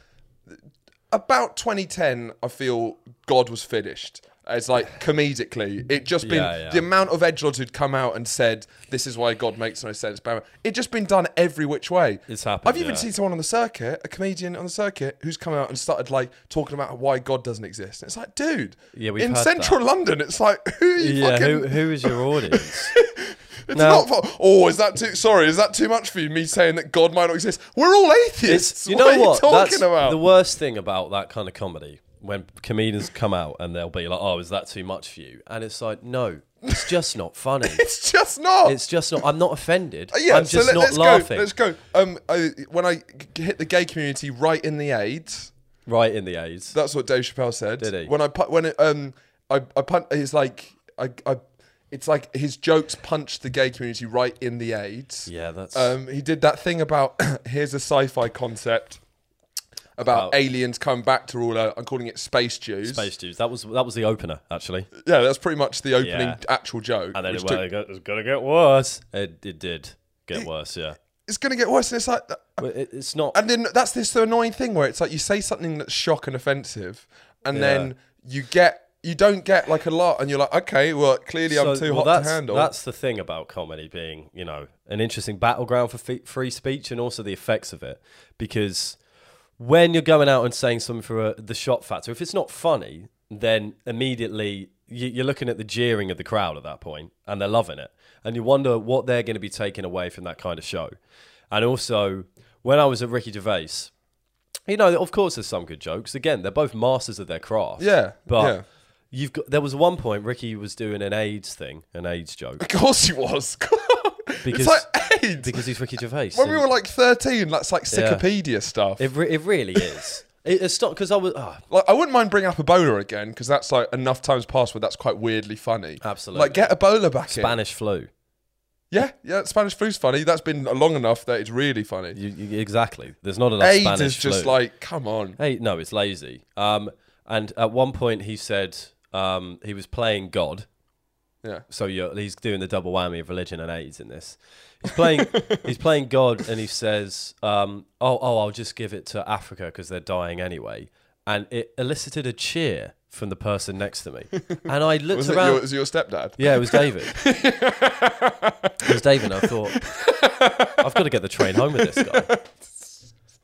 Speaker 1: About 2010, I feel God was finished. It's like comedically, it just been
Speaker 2: Yeah, yeah.
Speaker 1: the amount of edgelords who'd come out and said this is why God makes no sense. blah, blah. It just been done every which way.
Speaker 2: It's happened,
Speaker 1: I've even
Speaker 2: yeah.
Speaker 1: seen someone on the circuit, a comedian on the circuit, who's come out and started like talking about why God doesn't exist. And it's like, dude,
Speaker 2: Yeah, we've
Speaker 1: in
Speaker 2: heard
Speaker 1: central London, it's like who are you
Speaker 2: Yeah,
Speaker 1: fucking
Speaker 2: who, who is your audience?
Speaker 1: it's
Speaker 2: Now-
Speaker 1: not. For, oh, is that too? Sorry, is that too much for you? Me saying that God might not exist. We're all atheists.
Speaker 2: It's- you
Speaker 1: what
Speaker 2: know
Speaker 1: are
Speaker 2: what?
Speaker 1: you talking
Speaker 2: That's
Speaker 1: about?
Speaker 2: the worst thing about that kind of comedy when comedians come out and they'll be like, "Oh, is that too much for you?" And it's like, no, it's just not funny.
Speaker 1: it's just not.
Speaker 2: it's just not. I'm not offended.
Speaker 1: Uh, yeah,
Speaker 2: I'm just
Speaker 1: so let,
Speaker 2: not
Speaker 1: let's
Speaker 2: laughing.
Speaker 1: go. Let's go. Um, I, when I g- hit the gay community right in the AIDS,
Speaker 2: Right in the A's.
Speaker 1: that's what Dave Chappelle said.
Speaker 2: Did he?
Speaker 1: When I pu- when it, um I I pun- it's like I I it's like his jokes punched the gay community right in the AIDS.
Speaker 2: yeah, that's
Speaker 1: Um, he did that thing about here's a sci-fi concept about
Speaker 2: About-
Speaker 1: aliens come back to rule. out. I'm calling it space Jews.
Speaker 2: Space Jews. That was that was the opener actually,
Speaker 1: Yeah, that's pretty much the opening
Speaker 2: Yeah.
Speaker 1: actual joke.
Speaker 2: and then it,
Speaker 1: which
Speaker 2: went,
Speaker 1: took-
Speaker 2: it got- it's gonna get worse. It, it did get worse. Yeah,
Speaker 1: it's going to get worse, and it's like,
Speaker 2: but it, it's not.
Speaker 1: and then that's this annoying thing where it's like you say something that's shock and offensive, and then you get you don't get like a lot, and you're like, okay, well, clearly I'm
Speaker 2: So,
Speaker 1: too
Speaker 2: well,
Speaker 1: hot
Speaker 2: that's,
Speaker 1: to handle.
Speaker 2: That's the thing about comedy being, you know, an interesting battleground for fe- free speech and also the effects of it. Because when you're going out and saying something for a, the shock factor, if it's not funny, then immediately you, you're looking at the jeering of the crowd at that point, and they're loving it, and you wonder what they're going to be taking away from that kind of show. And also, when I was at Ricky Gervais, you know, of course, there's some good jokes. Again, they're both masters of their craft.
Speaker 1: Yeah,
Speaker 2: but
Speaker 1: yeah.
Speaker 2: you've got. There was one point Ricky was doing an AIDS thing, an AIDS joke,
Speaker 1: of course he was.
Speaker 2: Because-
Speaker 1: it's like AIDS.
Speaker 2: because he's Ricky Gervais.
Speaker 1: when we
Speaker 2: and
Speaker 1: were like 13, that's like Wikipedia stuff.
Speaker 2: it, re- it really is. It, it's not because I was. ah,
Speaker 1: Like, I wouldn't mind bringing up Ebola again because that's like enough times past where that's quite weirdly funny.
Speaker 2: Absolutely.
Speaker 1: Like, get Ebola back in.
Speaker 2: Spanish flu.
Speaker 1: Yeah, yeah, Spanish flu's funny. That's been long enough that it's really funny.
Speaker 2: You, you, exactly. There's not enough
Speaker 1: AIDS
Speaker 2: Spanish
Speaker 1: is just
Speaker 2: flu.
Speaker 1: like, come on.
Speaker 2: Hey, no, it's lazy. Um, and at one point he said um, he was playing God.
Speaker 1: Yeah.
Speaker 2: So you're, he's doing the double whammy of religion and AIDS in this. He's playing. he's playing God, and he says, um, "Oh, oh, I'll just give it to Africa because they're dying anyway." And it elicited a cheer from the person next to me, and I looked
Speaker 1: Wasn't it
Speaker 2: around.
Speaker 1: your, was it your stepdad?
Speaker 2: Yeah, it was David. it was David. And I thought, I've got to get the train home with this guy.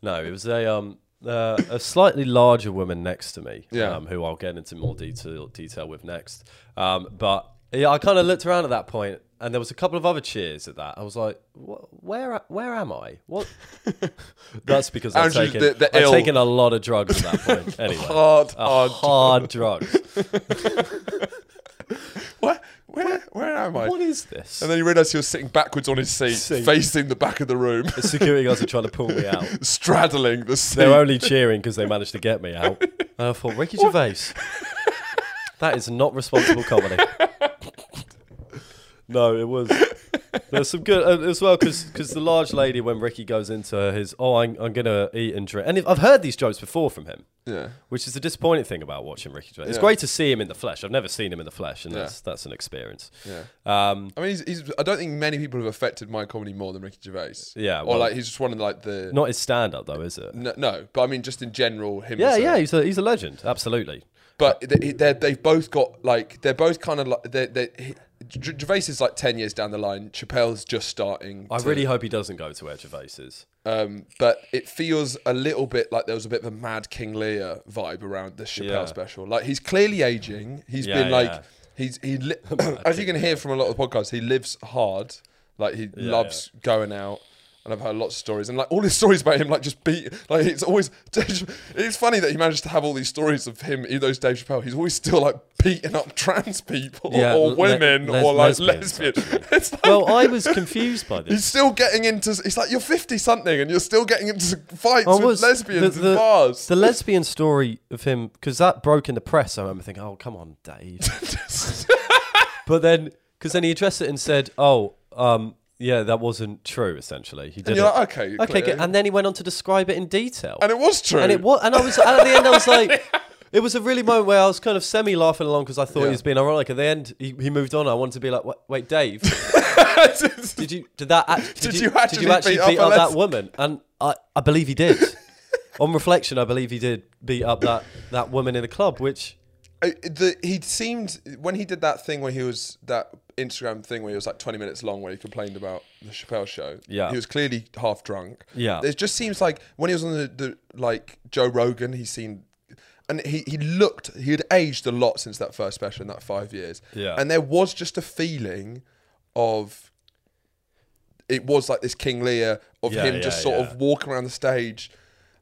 Speaker 2: No, it was a um uh, a slightly larger woman next to me.
Speaker 1: Yeah.
Speaker 2: Um, who I'll get into more detail detail with next. Um, but yeah, I kind of looked around at that point, and there was a couple of other cheers at that. I was like, "Wh- where where am I? What? That's because I've
Speaker 1: Andrew's
Speaker 2: taken
Speaker 1: the- the
Speaker 2: I've
Speaker 1: ill.
Speaker 2: taken a lot of drugs at that point. Anyway,
Speaker 1: Hard,
Speaker 2: Uh,
Speaker 1: hard
Speaker 2: hard drugs.
Speaker 1: Where, where, where am I?
Speaker 2: What is this?
Speaker 1: and then you realise you're sitting backwards on his seat,
Speaker 2: Seat.
Speaker 1: facing the back of the room,
Speaker 2: the security guards are trying to pull me out.
Speaker 1: straddling the seat.
Speaker 2: They're only cheering because they managed to get me out. And I thought, Ricky Gervais, that is not responsible comedy. no, it was. There's some good uh, as well because the large lady when Ricky goes into his oh I'm, I'm gonna eat and drink and if- I've heard these jokes before from him
Speaker 1: yeah.
Speaker 2: which is the disappointing thing about watching Ricky Gervais. It's
Speaker 1: Yeah.
Speaker 2: great to see him in the flesh. I've never seen him in the flesh and that's that's an experience.
Speaker 1: Yeah.
Speaker 2: Um,
Speaker 1: I mean, he's, he's, I don't think many people have affected my comedy more than Ricky Gervais.
Speaker 2: Yeah,
Speaker 1: or
Speaker 2: well-
Speaker 1: like he's just one of like the
Speaker 2: not his stand up though, is it?
Speaker 1: no, no, but I mean just in general him.
Speaker 2: Yeah,
Speaker 1: as a-
Speaker 2: yeah, he's a he's a legend, absolutely.
Speaker 1: but they, they're, they've both got like they're both kind of like they're, they're, he- Ger- Gervais is like ten years down the line. Chappelle's just starting.
Speaker 2: I
Speaker 1: to-
Speaker 2: really hope he doesn't go to where Gervais is.
Speaker 1: um, but it feels a little bit like there was a bit of a mad King Lear vibe around the Chappelle
Speaker 2: Yeah.
Speaker 1: special. Like he's clearly aging. He's
Speaker 2: Yeah,
Speaker 1: been like
Speaker 2: yeah.
Speaker 1: he's he li- as you can hear from a lot of the podcasts, he lives hard. Like he loves going out. and I've heard lots of stories, and like all his stories about him, like just beat, like it's always. It's funny that he managed to have all these stories of him. Even though it's Dave Chappelle, he's always still like beating up trans people
Speaker 2: Yeah,
Speaker 1: or
Speaker 2: le-
Speaker 1: women
Speaker 2: les-
Speaker 1: or like
Speaker 2: lesbians,
Speaker 1: lesbians.
Speaker 2: actually.
Speaker 1: It's like,
Speaker 2: Well, I was confused by
Speaker 1: He's
Speaker 2: this.
Speaker 1: still getting into. It's like you're fifty something, and you're still getting into fights
Speaker 2: I
Speaker 1: with
Speaker 2: was-
Speaker 1: lesbians
Speaker 2: the, the,
Speaker 1: in bars.
Speaker 2: the lesbian story of him because that broke in the press. I remember thinking, "Oh, come on, Dave." but then, because then he addressed it and said, "Oh, um, yeah, that wasn't true." Essentially, he did.
Speaker 1: you're
Speaker 2: it.
Speaker 1: like, okay,
Speaker 2: okay,
Speaker 1: clearly.
Speaker 2: good. and then he went on to describe it in detail,
Speaker 1: and it was true.
Speaker 2: and it was, and I was, and at the end, I was like. It was a really moment where I was kind of semi laughing along because I thought
Speaker 1: Yeah.
Speaker 2: he was being ironic. At the end, he, he moved on. I wanted to be like, "Wait, wait Dave, did you did that act, did,
Speaker 1: you
Speaker 2: you, did
Speaker 1: actually
Speaker 2: you actually
Speaker 1: beat up
Speaker 2: beat
Speaker 1: a
Speaker 2: up, that
Speaker 1: les-
Speaker 2: woman and i i believe he did on reflection i believe he did beat up that that woman in the club which
Speaker 1: I- the he seemed when he did that thing where he was that Instagram thing where he was like 20 minutes long where he complained about the Chappelle show.
Speaker 2: Yeah.
Speaker 1: he was clearly half drunk.
Speaker 2: Yeah.
Speaker 1: it just seems like when he was on the, the like Joe Rogan, he seemed. And he, he looked, he had aged a lot since that first special in that five years.
Speaker 2: Yeah.
Speaker 1: And there was just a feeling of it was like this King Lear of
Speaker 2: Yeah,
Speaker 1: him
Speaker 2: yeah,
Speaker 1: just sort
Speaker 2: yeah.
Speaker 1: of walking around the stage,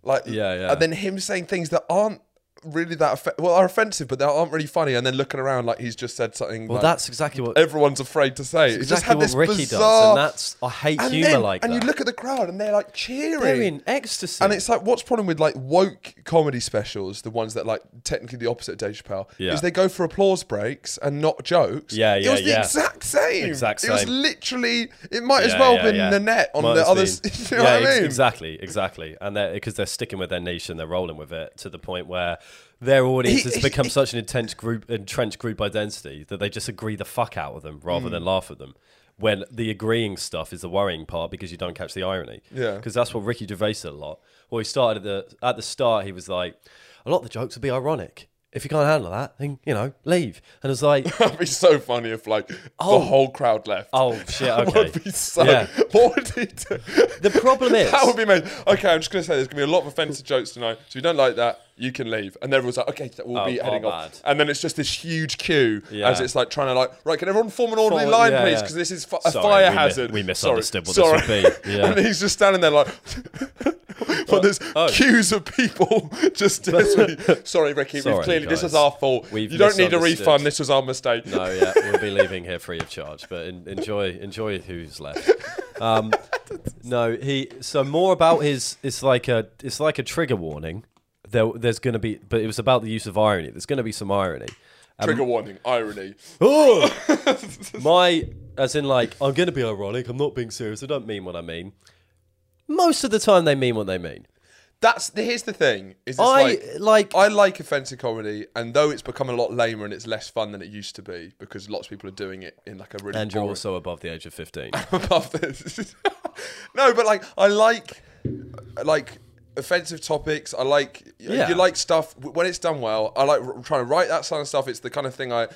Speaker 1: like
Speaker 2: Yeah, yeah.
Speaker 1: and then him saying things that aren't really that offe- well are offensive, but they aren't really funny, and then looking around like he's just said something.
Speaker 2: well
Speaker 1: like
Speaker 2: that's exactly what
Speaker 1: everyone's afraid to say. It just
Speaker 2: exactly
Speaker 1: had
Speaker 2: what
Speaker 1: this
Speaker 2: ricky
Speaker 1: bizarre.
Speaker 2: does and that's i hate
Speaker 1: and
Speaker 2: humor
Speaker 1: then-
Speaker 2: like
Speaker 1: and
Speaker 2: that
Speaker 1: you look at the crowd and they're like cheering.
Speaker 2: they're in ecstasy
Speaker 1: And it's like, what's problem with like woke comedy specials, the ones that like technically the opposite of Dave Chappelle,
Speaker 2: Yeah.
Speaker 1: is they go for applause breaks and not jokes.
Speaker 2: Yeah,
Speaker 1: It
Speaker 2: yeah,
Speaker 1: was the
Speaker 2: yeah.
Speaker 1: exact same.
Speaker 2: Exact
Speaker 1: It was
Speaker 2: same.
Speaker 1: literally. It might as
Speaker 2: Yeah,
Speaker 1: well
Speaker 2: yeah,
Speaker 1: been
Speaker 2: yeah.
Speaker 1: Nanette on
Speaker 2: Might
Speaker 1: the
Speaker 2: as
Speaker 1: other.
Speaker 2: been.
Speaker 1: s- You know
Speaker 2: Yeah,
Speaker 1: what I
Speaker 2: ex-
Speaker 1: mean?
Speaker 2: Exactly, exactly, and they're because they're sticking with their nation, they're rolling with it to the point where their audience
Speaker 1: He-
Speaker 2: has
Speaker 1: he-
Speaker 2: become
Speaker 1: he-
Speaker 2: such an intense group, entrenched group identity that they just agree the fuck out of them
Speaker 1: Hmm.
Speaker 2: rather than laugh at them. When the agreeing stuff is the worrying part because you don't catch the irony.
Speaker 1: Yeah.
Speaker 2: because that's what Ricky Gervais did a lot. Well, he started at the at the start. He was like, a lot of the jokes will be ironic. If you can't handle that, then you know, leave. And it's like,
Speaker 1: That'd be so funny if like the whole crowd left.
Speaker 2: oh shit,
Speaker 1: That
Speaker 2: okay.
Speaker 1: would be so.
Speaker 2: Yeah.
Speaker 1: What would he do?
Speaker 2: The problem is,
Speaker 1: that would be made. Okay, I'm just gonna say there's gonna be a lot of offensive jokes tonight. So if you don't like that, you can leave. And everyone's like, okay, we'll be
Speaker 2: Oh,
Speaker 1: heading
Speaker 2: not
Speaker 1: off.
Speaker 2: bad.
Speaker 1: And then it's just this huge queue
Speaker 2: Yeah.
Speaker 1: as it's like trying to like, right, can everyone form an orderly
Speaker 2: Form-
Speaker 1: line,
Speaker 2: yeah,
Speaker 1: please?
Speaker 2: yeah.
Speaker 1: Because this is fi- a
Speaker 2: Sorry,
Speaker 1: fire
Speaker 2: we mi-
Speaker 1: hazard.
Speaker 2: we
Speaker 1: Sorry,
Speaker 2: misunderstood what this
Speaker 1: sorry.
Speaker 2: would be. Yeah.
Speaker 1: and he's just standing there like. But there's
Speaker 2: oh.
Speaker 1: queues of people just. Sorry, Ricky.
Speaker 2: Sorry,
Speaker 1: we've clearly this
Speaker 2: guys.
Speaker 1: is our fault.
Speaker 2: We've
Speaker 1: you don't need a
Speaker 2: misunderstood.
Speaker 1: refund. This was our mistake.
Speaker 2: No, yeah, we'll be leaving here free of charge. But en enjoy, enjoy who's left. Um, no, he. So more about his. It's like a. It's like a trigger warning. There, there's going to be, but it was about the use of irony. There's going to be some irony.
Speaker 1: Trigger
Speaker 2: Um,
Speaker 1: warning, irony.
Speaker 2: Oh! My, as in, like, I'm going to be ironic. I'm not being serious. I don't mean what I mean. Most of the time, they mean what they mean.
Speaker 1: That's the, here's the thing. Is it's
Speaker 2: I
Speaker 1: like,
Speaker 2: like.
Speaker 1: I like offensive comedy, and though it's become a lot lamer and it's less fun than it used to be because lots of people are doing it in like a really
Speaker 2: and you're
Speaker 1: boring-
Speaker 2: also above the age of 15.
Speaker 1: above this. no, but like I like like offensive topics. I like
Speaker 2: Yeah.
Speaker 1: you like stuff w- when it's done well. I like r- trying to write that kind of stuff. It's the kind of thing I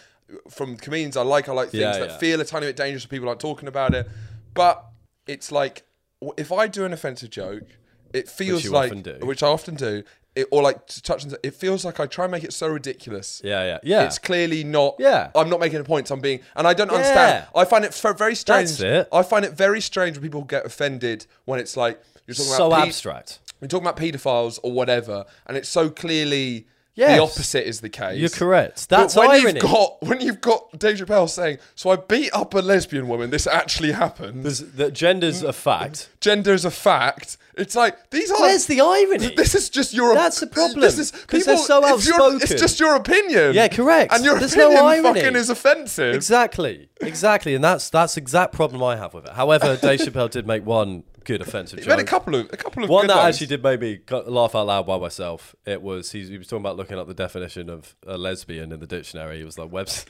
Speaker 1: from comedians I like. I like things
Speaker 2: Yeah,
Speaker 1: that
Speaker 2: yeah.
Speaker 1: feel a tiny bit dangerous. if People aren't talking about it, but it's like w- if I do an offensive joke, it feels
Speaker 2: you
Speaker 1: like
Speaker 2: often do.
Speaker 1: which I often do. It, or like to touch and it feels like I try and make it so ridiculous.
Speaker 2: Yeah, yeah, yeah.
Speaker 1: It's clearly not.
Speaker 2: Yeah.
Speaker 1: I'm not making a point. I'm being, and I don't understand. I find it f- very strange.
Speaker 2: That's it.
Speaker 1: I find it very strange when people get offended when it's like you're talking
Speaker 2: so
Speaker 1: about pe-
Speaker 2: abstract.
Speaker 1: We're talking about paedophiles or whatever, and it's so clearly
Speaker 2: Yes.
Speaker 1: the opposite is the case.
Speaker 2: You're correct. That's
Speaker 1: but when
Speaker 2: irony.
Speaker 1: you've got when you've got Dave Chappelle saying, "So I beat up a lesbian woman. This actually happened.
Speaker 2: There's, that gender's a fact.
Speaker 1: Gender is a fact." It's like these are.
Speaker 2: Where's the irony?
Speaker 1: This is just your. op-
Speaker 2: That's the problem,
Speaker 1: This is
Speaker 2: 'cause they're
Speaker 1: people-
Speaker 2: so
Speaker 1: it's your-
Speaker 2: outspoken.
Speaker 1: It's just your opinion.
Speaker 2: Yeah, correct.
Speaker 1: And your
Speaker 2: There's no
Speaker 1: opinion
Speaker 2: irony.
Speaker 1: fucking is offensive.
Speaker 2: Exactly, exactly, and that's that's the exact problem I have with it. However, Dave Chappelle did make one good offensive
Speaker 1: You made a
Speaker 2: joke.
Speaker 1: couple of a couple of
Speaker 2: one
Speaker 1: good
Speaker 2: that
Speaker 1: ones.
Speaker 2: actually did make me go- laugh out loud by myself. It was he, he was talking about looking up the definition of a lesbian in the dictionary. He was like Webster,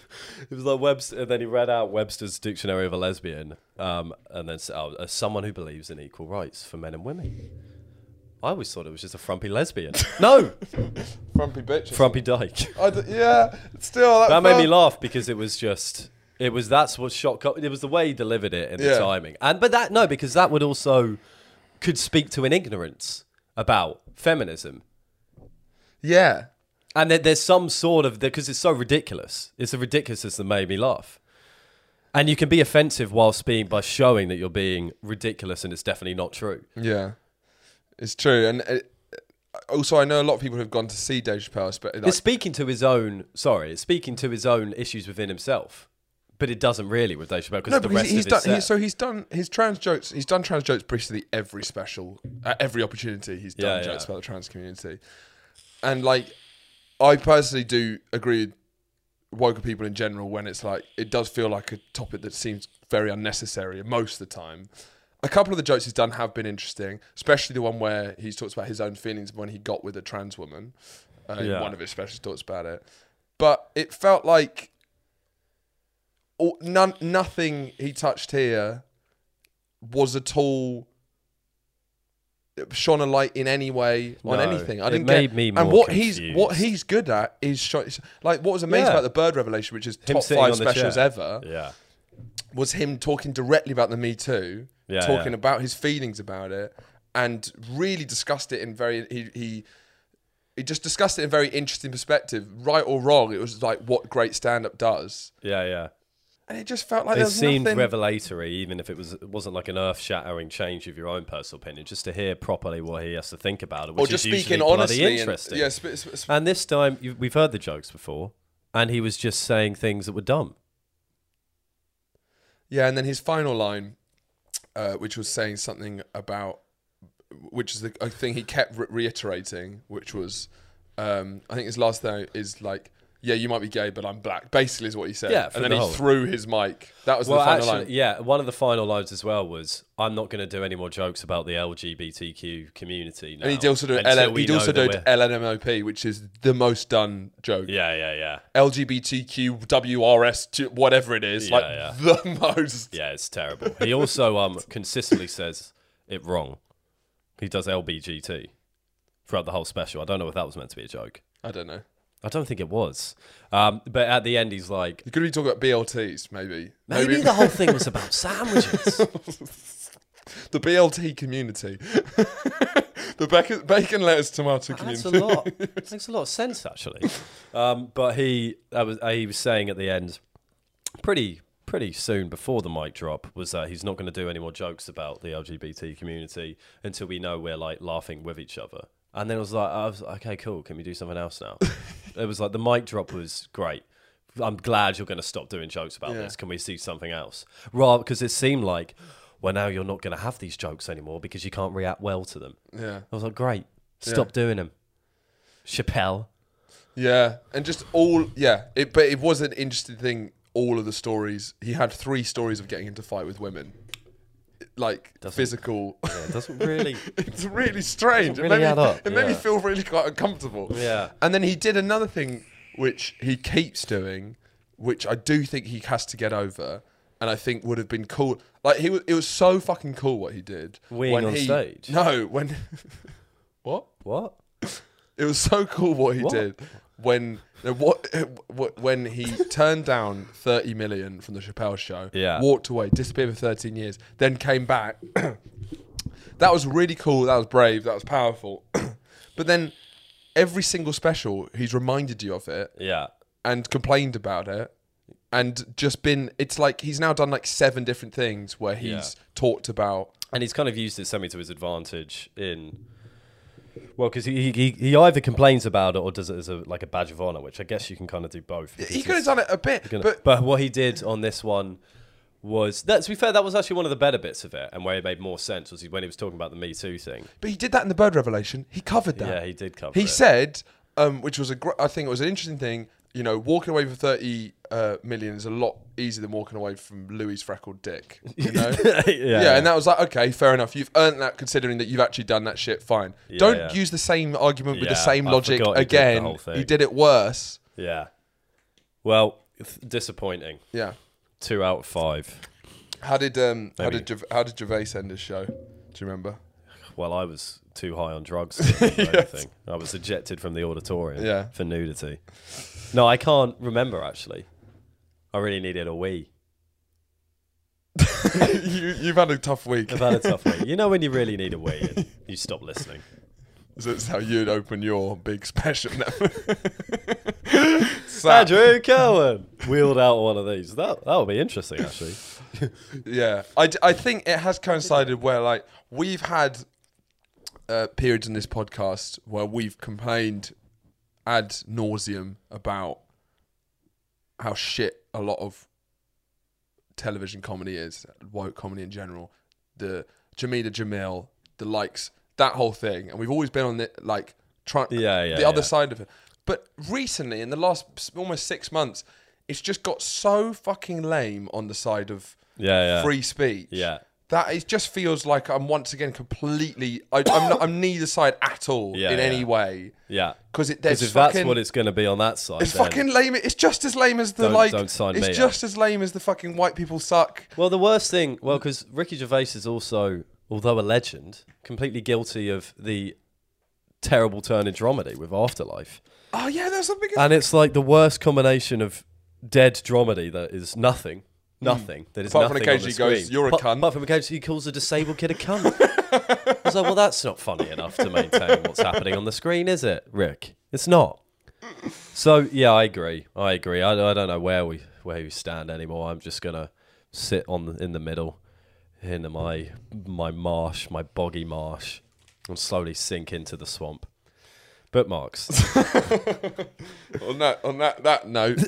Speaker 2: it was like Webster, and then he read out Webster's dictionary of a lesbian, um, and then said, oh, uh, someone who believes in equal rights for men and women. I always thought it was just a frumpy lesbian. No,
Speaker 1: frumpy bitch.
Speaker 2: frumpy dyke.
Speaker 1: I d- yeah, still that,
Speaker 2: that made me
Speaker 1: felt-
Speaker 2: laugh because it was just it was that's what shock it was the way he delivered it and
Speaker 1: Yeah.
Speaker 2: the timing and but that no because that would also could speak to an ignorance about feminism
Speaker 1: Yeah,
Speaker 2: and there, there's some sort of because it's so ridiculous it's the ridiculousness that made me laugh And you can be offensive whilst being by showing that you're being ridiculous and it's definitely not true.
Speaker 1: Yeah, it's true. And it, also, I know a lot of people have gone to see Dave Chappelle's, but like,
Speaker 2: It's speaking to his own. Sorry, it's speaking to his own issues within himself, but it doesn't really with Dave Chappelle because
Speaker 1: no,
Speaker 2: the
Speaker 1: because
Speaker 2: rest
Speaker 1: he's
Speaker 2: of his
Speaker 1: done. He's,
Speaker 2: set.
Speaker 1: so he's done his trans jokes. He's done trans jokes basically every special, at every opportunity. He's done
Speaker 2: Yeah,
Speaker 1: jokes
Speaker 2: yeah.
Speaker 1: about the trans community, and like, I personally do agree with woke people in general when it's like it does feel like a topic that seems very unnecessary most of the time. A couple of the jokes he's done have been interesting, especially the one where he talks about his own feelings when he got with a trans woman. Uh, in
Speaker 2: Yeah.
Speaker 1: One of his special thoughts about it, but it felt like all, none, nothing he touched here was at all shone a light in any way on
Speaker 2: No,
Speaker 1: anything. I
Speaker 2: it
Speaker 1: didn't
Speaker 2: made
Speaker 1: get
Speaker 2: me
Speaker 1: and
Speaker 2: more
Speaker 1: what he's what
Speaker 2: confused.
Speaker 1: he's good at is sho- like what was amazing
Speaker 2: Yeah.
Speaker 1: about the bird revelation, which is
Speaker 2: Him
Speaker 1: top
Speaker 2: sitting
Speaker 1: five
Speaker 2: on the
Speaker 1: specials
Speaker 2: chair.
Speaker 1: ever,
Speaker 2: Yeah,
Speaker 1: was him talking directly about the Me Too,
Speaker 2: Yeah,
Speaker 1: talking
Speaker 2: yeah.
Speaker 1: about his feelings about it, and really discussed it in very he he. He just discussed it in very interesting perspective, right or wrong. It was like what great stand-up does,
Speaker 2: yeah, yeah.
Speaker 1: and it just felt like there
Speaker 2: It
Speaker 1: was
Speaker 2: seemed
Speaker 1: nothing.
Speaker 2: revelatory, even if it was it wasn't like an earth-shattering change of your own personal opinion. Just to hear properly what he has to think about it, which
Speaker 1: or just
Speaker 2: is
Speaker 1: speaking
Speaker 2: usually
Speaker 1: honestly.
Speaker 2: bloody
Speaker 1: and-
Speaker 2: interesting.
Speaker 1: yeah, sp- sp- sp-
Speaker 2: And this time, you, we've heard the jokes before, and he was just saying things that were dumb.
Speaker 1: yeah, and then his final line, uh, which was saying something about, which is the a thing he kept re- reiterating, which was, um, I think his last thing is like, "Yeah, you might be gay, but I'm black." Basically, is what he said.
Speaker 2: Yeah, for
Speaker 1: and then
Speaker 2: the
Speaker 1: he
Speaker 2: whole-
Speaker 1: threw his mic. That was the
Speaker 2: Well,
Speaker 1: final line.
Speaker 2: actually, yeah, one of the final lines as well was, "I'm not going to do any more jokes about the LGBTQ community." Now,
Speaker 1: And he also did,
Speaker 2: until
Speaker 1: L-
Speaker 2: we
Speaker 1: he'd
Speaker 2: know
Speaker 1: also
Speaker 2: that
Speaker 1: did
Speaker 2: we're-"
Speaker 1: LNMOP, which is the most done joke.
Speaker 2: Yeah, yeah, yeah,
Speaker 1: LGBTQ, WRS, to whatever it is,
Speaker 2: Yeah,
Speaker 1: like
Speaker 2: yeah.
Speaker 1: the most.
Speaker 2: yeah. It's terrible. He also um consistently says it wrong. He does LBGT throughout the whole special. I don't know if that was meant to be a joke.
Speaker 1: I don't know.
Speaker 2: I don't think it was. Um, but at the end, he's like,
Speaker 1: You could be talking about BLTs, maybe.
Speaker 2: maybe the whole thing was about sandwiches.
Speaker 1: The BLT community. the bacon, bacon lettuce tomato
Speaker 2: That's
Speaker 1: community.
Speaker 2: a lot. Makes a lot of sense actually. Um, but he, I was, he was saying at the end, pretty, pretty soon before the mic drop, was that he's not going to do any more jokes about the LGBT community until we know we're like laughing with each other. And then it was like, I was like, okay, cool. Can we do something else now? it was like the mic drop was great. I'm glad you're going to stop doing jokes about
Speaker 1: Yeah.
Speaker 2: this. Can we see something else? Rather, because it seemed like, well, now you're not going to have these jokes anymore because you can't react well to them.
Speaker 1: Yeah.
Speaker 2: I was like, great, stop doing them. Chappelle.
Speaker 1: Yeah. And just all, yeah. It, but it was an interesting thing. All of the stories. He had three stories of getting into fight with women. Like physical.
Speaker 2: It doesn't really.
Speaker 1: it's really strange.
Speaker 2: really
Speaker 1: it made,
Speaker 2: add
Speaker 1: me,
Speaker 2: up,
Speaker 1: it made me
Speaker 2: yeah.
Speaker 1: feel really quite uncomfortable.
Speaker 2: Yeah.
Speaker 1: And then he did another thing which he keeps doing, which I do think he has to get over. And I think would have been cool. Like he was, it was so fucking cool what he did.
Speaker 2: Weeing on
Speaker 1: he,
Speaker 2: stage?
Speaker 1: No, when what?
Speaker 2: what?
Speaker 1: It was so cool what he
Speaker 2: What?
Speaker 1: did when no, what what- when he turned down 30 million from the Chappelle show,
Speaker 2: Yeah.
Speaker 1: walked away, disappeared for 13 years, then came back. that was really cool, that was brave, that was powerful. but then every single special he's reminded you of it
Speaker 2: Yeah.
Speaker 1: and complained about it and just been it's like he's now done like seven different things where he's
Speaker 2: Yeah.
Speaker 1: talked about
Speaker 2: And he's kind of used it semi to his advantage in. Well, because he, he he either complains about it or does it as a like a badge of honor, which I guess you can kind of do both. because
Speaker 1: he
Speaker 2: it's-
Speaker 1: could have done it a bit
Speaker 2: gonna-
Speaker 1: but
Speaker 2: but, what he did on this one was that to be fair, that was actually one of the better bits of it, and where it made more sense was when he was talking about the Me Too thing.
Speaker 1: But he did that in the bird revelation. He covered that.
Speaker 2: Yeah, he did cover
Speaker 1: He
Speaker 2: it.
Speaker 1: said, um, which was a gr- I think it was an interesting thing. You know, walking away from thirty uh, million is a lot easier than walking away from Louis' freckled dick. You know.
Speaker 2: yeah,
Speaker 1: Yeah, and that was like, okay, fair enough. You've earned that considering that you've actually done that shit. Fine. Don't
Speaker 2: yeah.
Speaker 1: use the same argument with the
Speaker 2: Yeah,
Speaker 1: same
Speaker 2: I
Speaker 1: logic
Speaker 2: forgot he did the
Speaker 1: again.
Speaker 2: whole thing.
Speaker 1: He did it worse.
Speaker 2: yeah. Well, th- disappointing.
Speaker 1: Yeah.
Speaker 2: Two out of five.
Speaker 1: How did um how
Speaker 2: Maybe.
Speaker 1: did Gerv- how did Gervais end his show? Do you remember?
Speaker 2: Well, I was too high on drugs. to remember anything. I was ejected from the auditorium
Speaker 1: Yeah.
Speaker 2: for nudity. No, I can't remember actually. I really needed a wee.
Speaker 1: you you've had a tough week.
Speaker 2: I've had a tough week. You know when you really need a wee and you stop listening.
Speaker 1: So that's how you'd open your big special. No. Sad.
Speaker 2: Andrew Cohen wheeled out one of these. That that would be interesting, actually.
Speaker 1: Yeah, I, d- I think it has coincided where like we've had uh, periods in this podcast where we've complained ad nauseum about how shit a lot of television comedy is, woke comedy in general, the Jamila Jamil, the likes, that whole thing, and we've always been on the like trying
Speaker 2: Yeah, yeah,
Speaker 1: the other
Speaker 2: yeah.
Speaker 1: side of it. But recently, in the last s- almost six months, it's just got so fucking lame on the side of
Speaker 2: Yeah, yeah.
Speaker 1: free speech.
Speaker 2: Yeah.
Speaker 1: That it just feels like I'm once again completely. I, I'm not. I'm neither side at all
Speaker 2: Yeah,
Speaker 1: in any
Speaker 2: yeah.
Speaker 1: way.
Speaker 2: Yeah,
Speaker 1: 'Cause it- there's
Speaker 2: because if that's
Speaker 1: fucking-
Speaker 2: what it's going to be on that side,
Speaker 1: It's
Speaker 2: then-
Speaker 1: fucking lame. It's just as lame as the
Speaker 2: Don't-
Speaker 1: like.
Speaker 2: don't sign
Speaker 1: it's
Speaker 2: me up.
Speaker 1: just as lame as the fucking white people suck.
Speaker 2: Well, the worst thing, well, because Ricky Gervais is also, although a legend, completely guilty of the terrible turn in dramedy with Afterlife,
Speaker 1: Oh yeah, that's the biggest.
Speaker 2: and it's like the worst combination of dead dramedy that is nothing. Nothing. That is
Speaker 1: Hmm. Apart from
Speaker 2: nothing
Speaker 1: occasionally
Speaker 2: on
Speaker 1: he
Speaker 2: the
Speaker 1: goes,
Speaker 2: screen.
Speaker 1: "You're a
Speaker 2: Apart-
Speaker 1: cunt."
Speaker 2: Apart from occasionally he calls a disabled kid a cunt. it's like, well, that's not funny enough to maintain what's happening on the screen, is it, Rick? It's not. So yeah, I agree. I agree. I, I don't know where we where we stand anymore. I'm just gonna sit on the, in the middle, in my my marsh, my boggy marsh, and slowly sink into the swamp. Bookmarks,
Speaker 1: on that on that that note,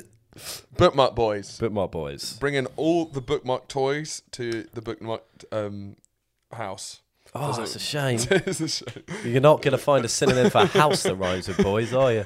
Speaker 1: bookmark boys,
Speaker 2: bookmark boys.
Speaker 1: bringing all the bookmark toys to the bookmark um, house.
Speaker 2: Oh, that's a shame.
Speaker 1: It's a shame.
Speaker 2: You're not gonna find a synonym for house that rhymes with boys, are you?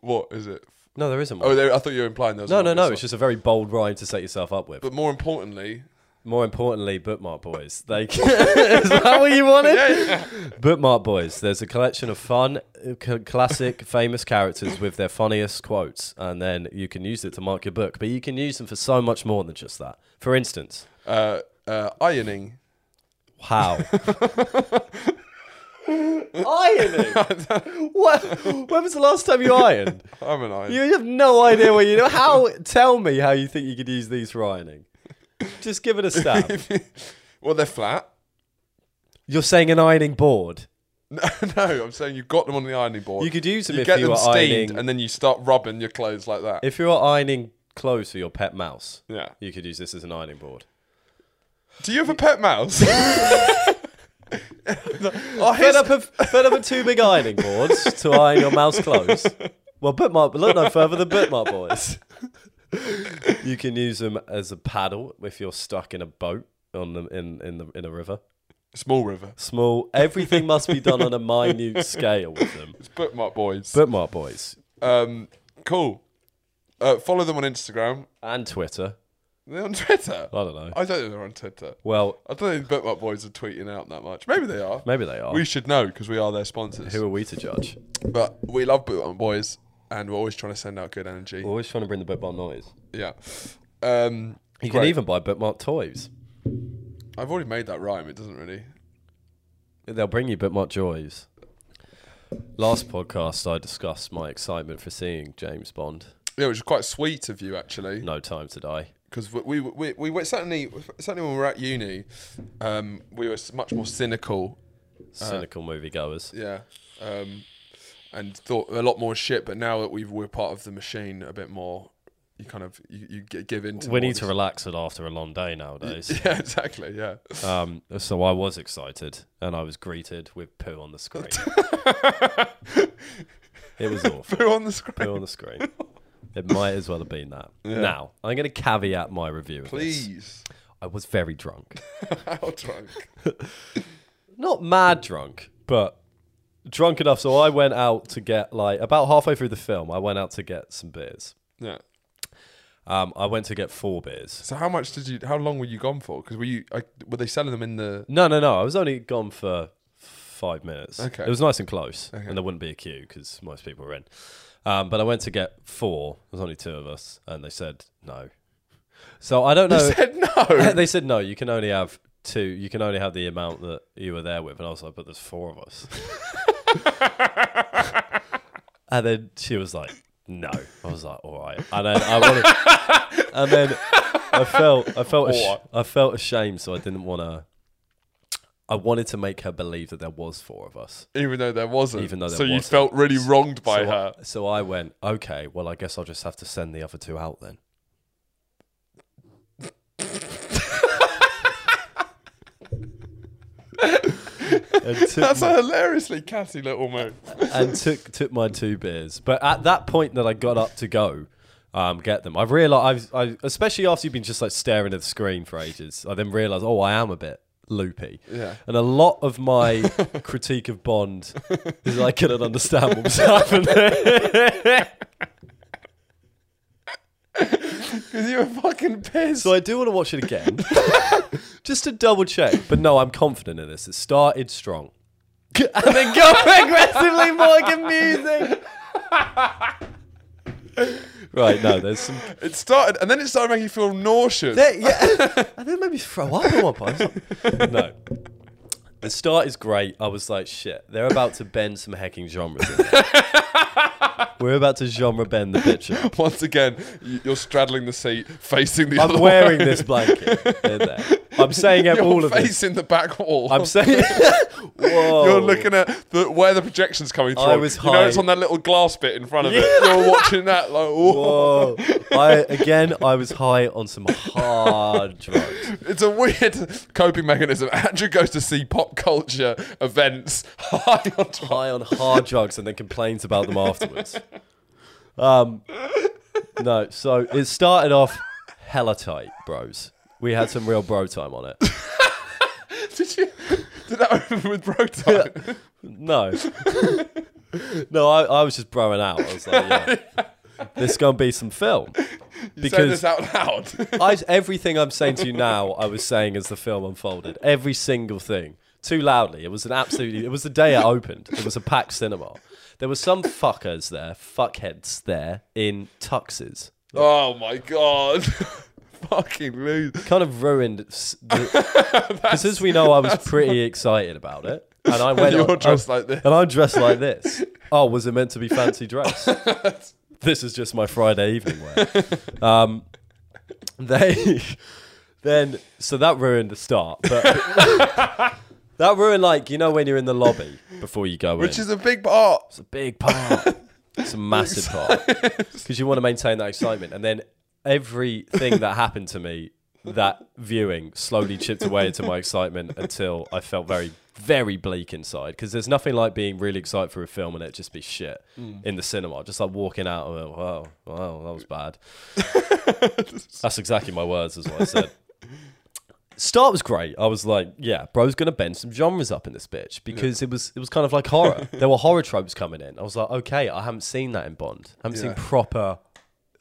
Speaker 1: What is it?
Speaker 2: No, there isn't. One.
Speaker 1: Oh, there, I thought you were implying there was
Speaker 2: no, no,
Speaker 1: another
Speaker 2: no.
Speaker 1: song.
Speaker 2: It's just a very bold rhyme to set yourself up with.
Speaker 1: But more importantly,
Speaker 2: More importantly, Bookmark Boys. They is that what you wanted? Bookmark Boys. There's a collection of fun, uh, c- classic, famous characters with their funniest quotes, and then you can use it to mark your book. But you can use them for so much more than just that. For instance,
Speaker 1: uh, uh, ironing.
Speaker 2: how ironing. what? When was the last time you ironed?
Speaker 1: I'm an iron.
Speaker 2: You have no idea what you know. How? Tell me how you think you could use these for ironing. Just give it a stab.
Speaker 1: well, they're flat.
Speaker 2: You're saying an ironing board.
Speaker 1: No, no, I'm saying you've got them on the ironing board.
Speaker 2: You could use them
Speaker 1: You
Speaker 2: if
Speaker 1: get
Speaker 2: you
Speaker 1: them
Speaker 2: were
Speaker 1: steamed,
Speaker 2: ironing-
Speaker 1: and then you start rubbing your clothes like that.
Speaker 2: If you are ironing clothes for your pet mouse,
Speaker 1: Yeah.
Speaker 2: you could use this as an ironing board.
Speaker 1: Do you have a pet mouse? oh,
Speaker 2: Fed
Speaker 1: here's,
Speaker 2: up of fed up of two big ironing boards to iron your mouse clothes. Well, bookmark. Look no further than bookmark boards. You can use them as a paddle if you're stuck in a boat on the in in the in a river.
Speaker 1: small river.
Speaker 2: Small. Everything must be done on a minute scale with them.
Speaker 1: It's bookmark boys.
Speaker 2: Bookmark boys
Speaker 1: um, cool. Uh, follow them on Instagram.
Speaker 2: and Twitter.
Speaker 1: They're on Twitter.
Speaker 2: I don't know.
Speaker 1: I don't think they're on Twitter.
Speaker 2: Well,
Speaker 1: I don't think bookmark boys are tweeting out that much. Maybe they are.
Speaker 2: maybe they are.
Speaker 1: We should know because we are their sponsors.
Speaker 2: Who are we to judge?
Speaker 1: But we love bookmark boys, and we're always trying to send out good energy.
Speaker 2: We're always trying to bring the bookmark noise.
Speaker 1: Yeah. Um,
Speaker 2: You
Speaker 1: great.
Speaker 2: can even buy bookmark toys.
Speaker 1: I've already made that rhyme. It doesn't really.
Speaker 2: They'll bring you bookmark joys. Last podcast, I discussed my excitement for seeing James Bond.
Speaker 1: Yeah, which is quite sweet of you actually,
Speaker 2: No time to die.
Speaker 1: because we, we, we we were certainly certainly when we were at uni, um, we were s- much more cynical.
Speaker 2: Cynical moviegoers.
Speaker 1: Yeah. Um, and thought a lot more shit, but now that we've, we're part of the machine a bit more, you kind of you, you g- give in. To
Speaker 2: We
Speaker 1: more
Speaker 2: need to
Speaker 1: this-
Speaker 2: relax it after a long day nowadays.
Speaker 1: Yeah, exactly. Yeah.
Speaker 2: Um, so I was excited, and I was greeted with poo on the screen. it was awful.
Speaker 1: Poo on the screen,
Speaker 2: Poo on the screen. It might as well have been that. Now I'm going to caveat my review. Of This.
Speaker 1: please.
Speaker 2: I was very drunk.
Speaker 1: How drunk?
Speaker 2: not mad drunk, but drunk enough. So I went out to get like about halfway through the film, I went out to get some beers.
Speaker 1: Yeah.
Speaker 2: Um, I went to get four beers.
Speaker 1: So how much did you? How long were you gone for? Because were you? I, were they selling them in the?
Speaker 2: No, no, no. I was only gone for five minutes.
Speaker 1: Okay.
Speaker 2: It was nice and close, and there wouldn't be a queue because most people were in. Um, but I went to get four. There was only two of us, and they said no. So I don't know.
Speaker 1: They said no.
Speaker 2: they said no. You can only have two. You can only have the amount that you were there with. And I was like, but there's four of us. and then she was like, no. I was like, all right. And then I wanted. and then I felt I felt ash-
Speaker 1: All right.
Speaker 2: I felt ashamed, so I didn't want to. I wanted to make her believe that there was four of us.
Speaker 1: even though there wasn't.
Speaker 2: Even though there
Speaker 1: so you
Speaker 2: wasn't.
Speaker 1: felt really wronged by
Speaker 2: so
Speaker 1: her.
Speaker 2: I, so I went, okay, well, I guess I'll just have to send the other two out then. and took,
Speaker 1: That's
Speaker 2: my-
Speaker 1: a hilariously catty little move.
Speaker 2: and took took my two beers. But at that point that I got up to go, um, get them. I've realized, I've, I especially after you've been just like staring at the screen for ages, I then realized, oh, I am a bit loopy.
Speaker 1: Yeah.
Speaker 2: And a lot of my critique of Bond is I couldn't understand what was happening.
Speaker 1: Because you were fucking pissed.
Speaker 2: So I do want to watch it again, just to double check. But no, I'm confident in this. It started strong, and then go aggressively more confusing. right? No, there's some.
Speaker 1: it started, and then it started making you feel nauseous.
Speaker 2: There, yeah, I think maybe throw up at one point. No. The start is great. I was like, shit, they're about to bend some hacking genres. In there. We're about to genre bend the bitch up.
Speaker 1: Once again, y- you're straddling the seat, facing the other
Speaker 2: I'm wearing
Speaker 1: way.
Speaker 2: this blanket. They're there. I'm saying
Speaker 1: You're
Speaker 2: all of this.
Speaker 1: facing the back wall.
Speaker 2: I'm saying, whoa.
Speaker 1: Oh. You're looking at the, where the projection's coming through.
Speaker 2: I was
Speaker 1: you know
Speaker 2: high.
Speaker 1: it's on that little glass bit in front of it. You're watching that like, whoa.
Speaker 2: Whoa. I again, I was high on some hard drugs.
Speaker 1: It's a weird coping mechanism. Andrew goes to see pop culture events high on top.
Speaker 2: High on hard drugs, and then complains about them afterwards. Um, no. So it started off hella tight, bros. We had some real bro time on it.
Speaker 1: Did you? Did that open with bro time?
Speaker 2: No. No, I, I was just broing out. I was like, yeah, this gonna be some film.
Speaker 1: You say this out loud.
Speaker 2: I, everything I'm saying to you now, I was saying as the film unfolded. Every single thing. Too loudly. It was an absolutely. It was the day it opened. It was a packed cinema. There were some fuckers there, fuckheads there in tuxes.
Speaker 1: oh my god. Fucking lose.
Speaker 2: Kind of ruined. Because as we know, I was pretty excited about it, and I went.
Speaker 1: You're
Speaker 2: on-
Speaker 1: dressed like this.
Speaker 2: and I'm dressed like this. Oh, was it meant to be fancy dress? this is just my Friday evening wear. Um, they then so that ruined the start, but that ruined like you know when you're in the lobby before you go
Speaker 1: Which
Speaker 2: in.
Speaker 1: is a big part.
Speaker 2: it's a big part. It's a massive part because you want to maintain that excitement, and then everything that happened to me that viewing slowly chipped away into my excitement until I felt very, very bleak inside. Because there's nothing like being really excited for a film and it just be shit in the cinema. Just like walking out and like, wow, wow, that was bad. That's exactly my words, is what I said. Start was great. I was like, yeah, bro's gonna bend some genres up in this bitch because it was it was kind of like horror. there were horror tropes coming in. I was like, okay, I haven't seen that in Bond. I haven't seen
Speaker 1: Yeah.
Speaker 2: proper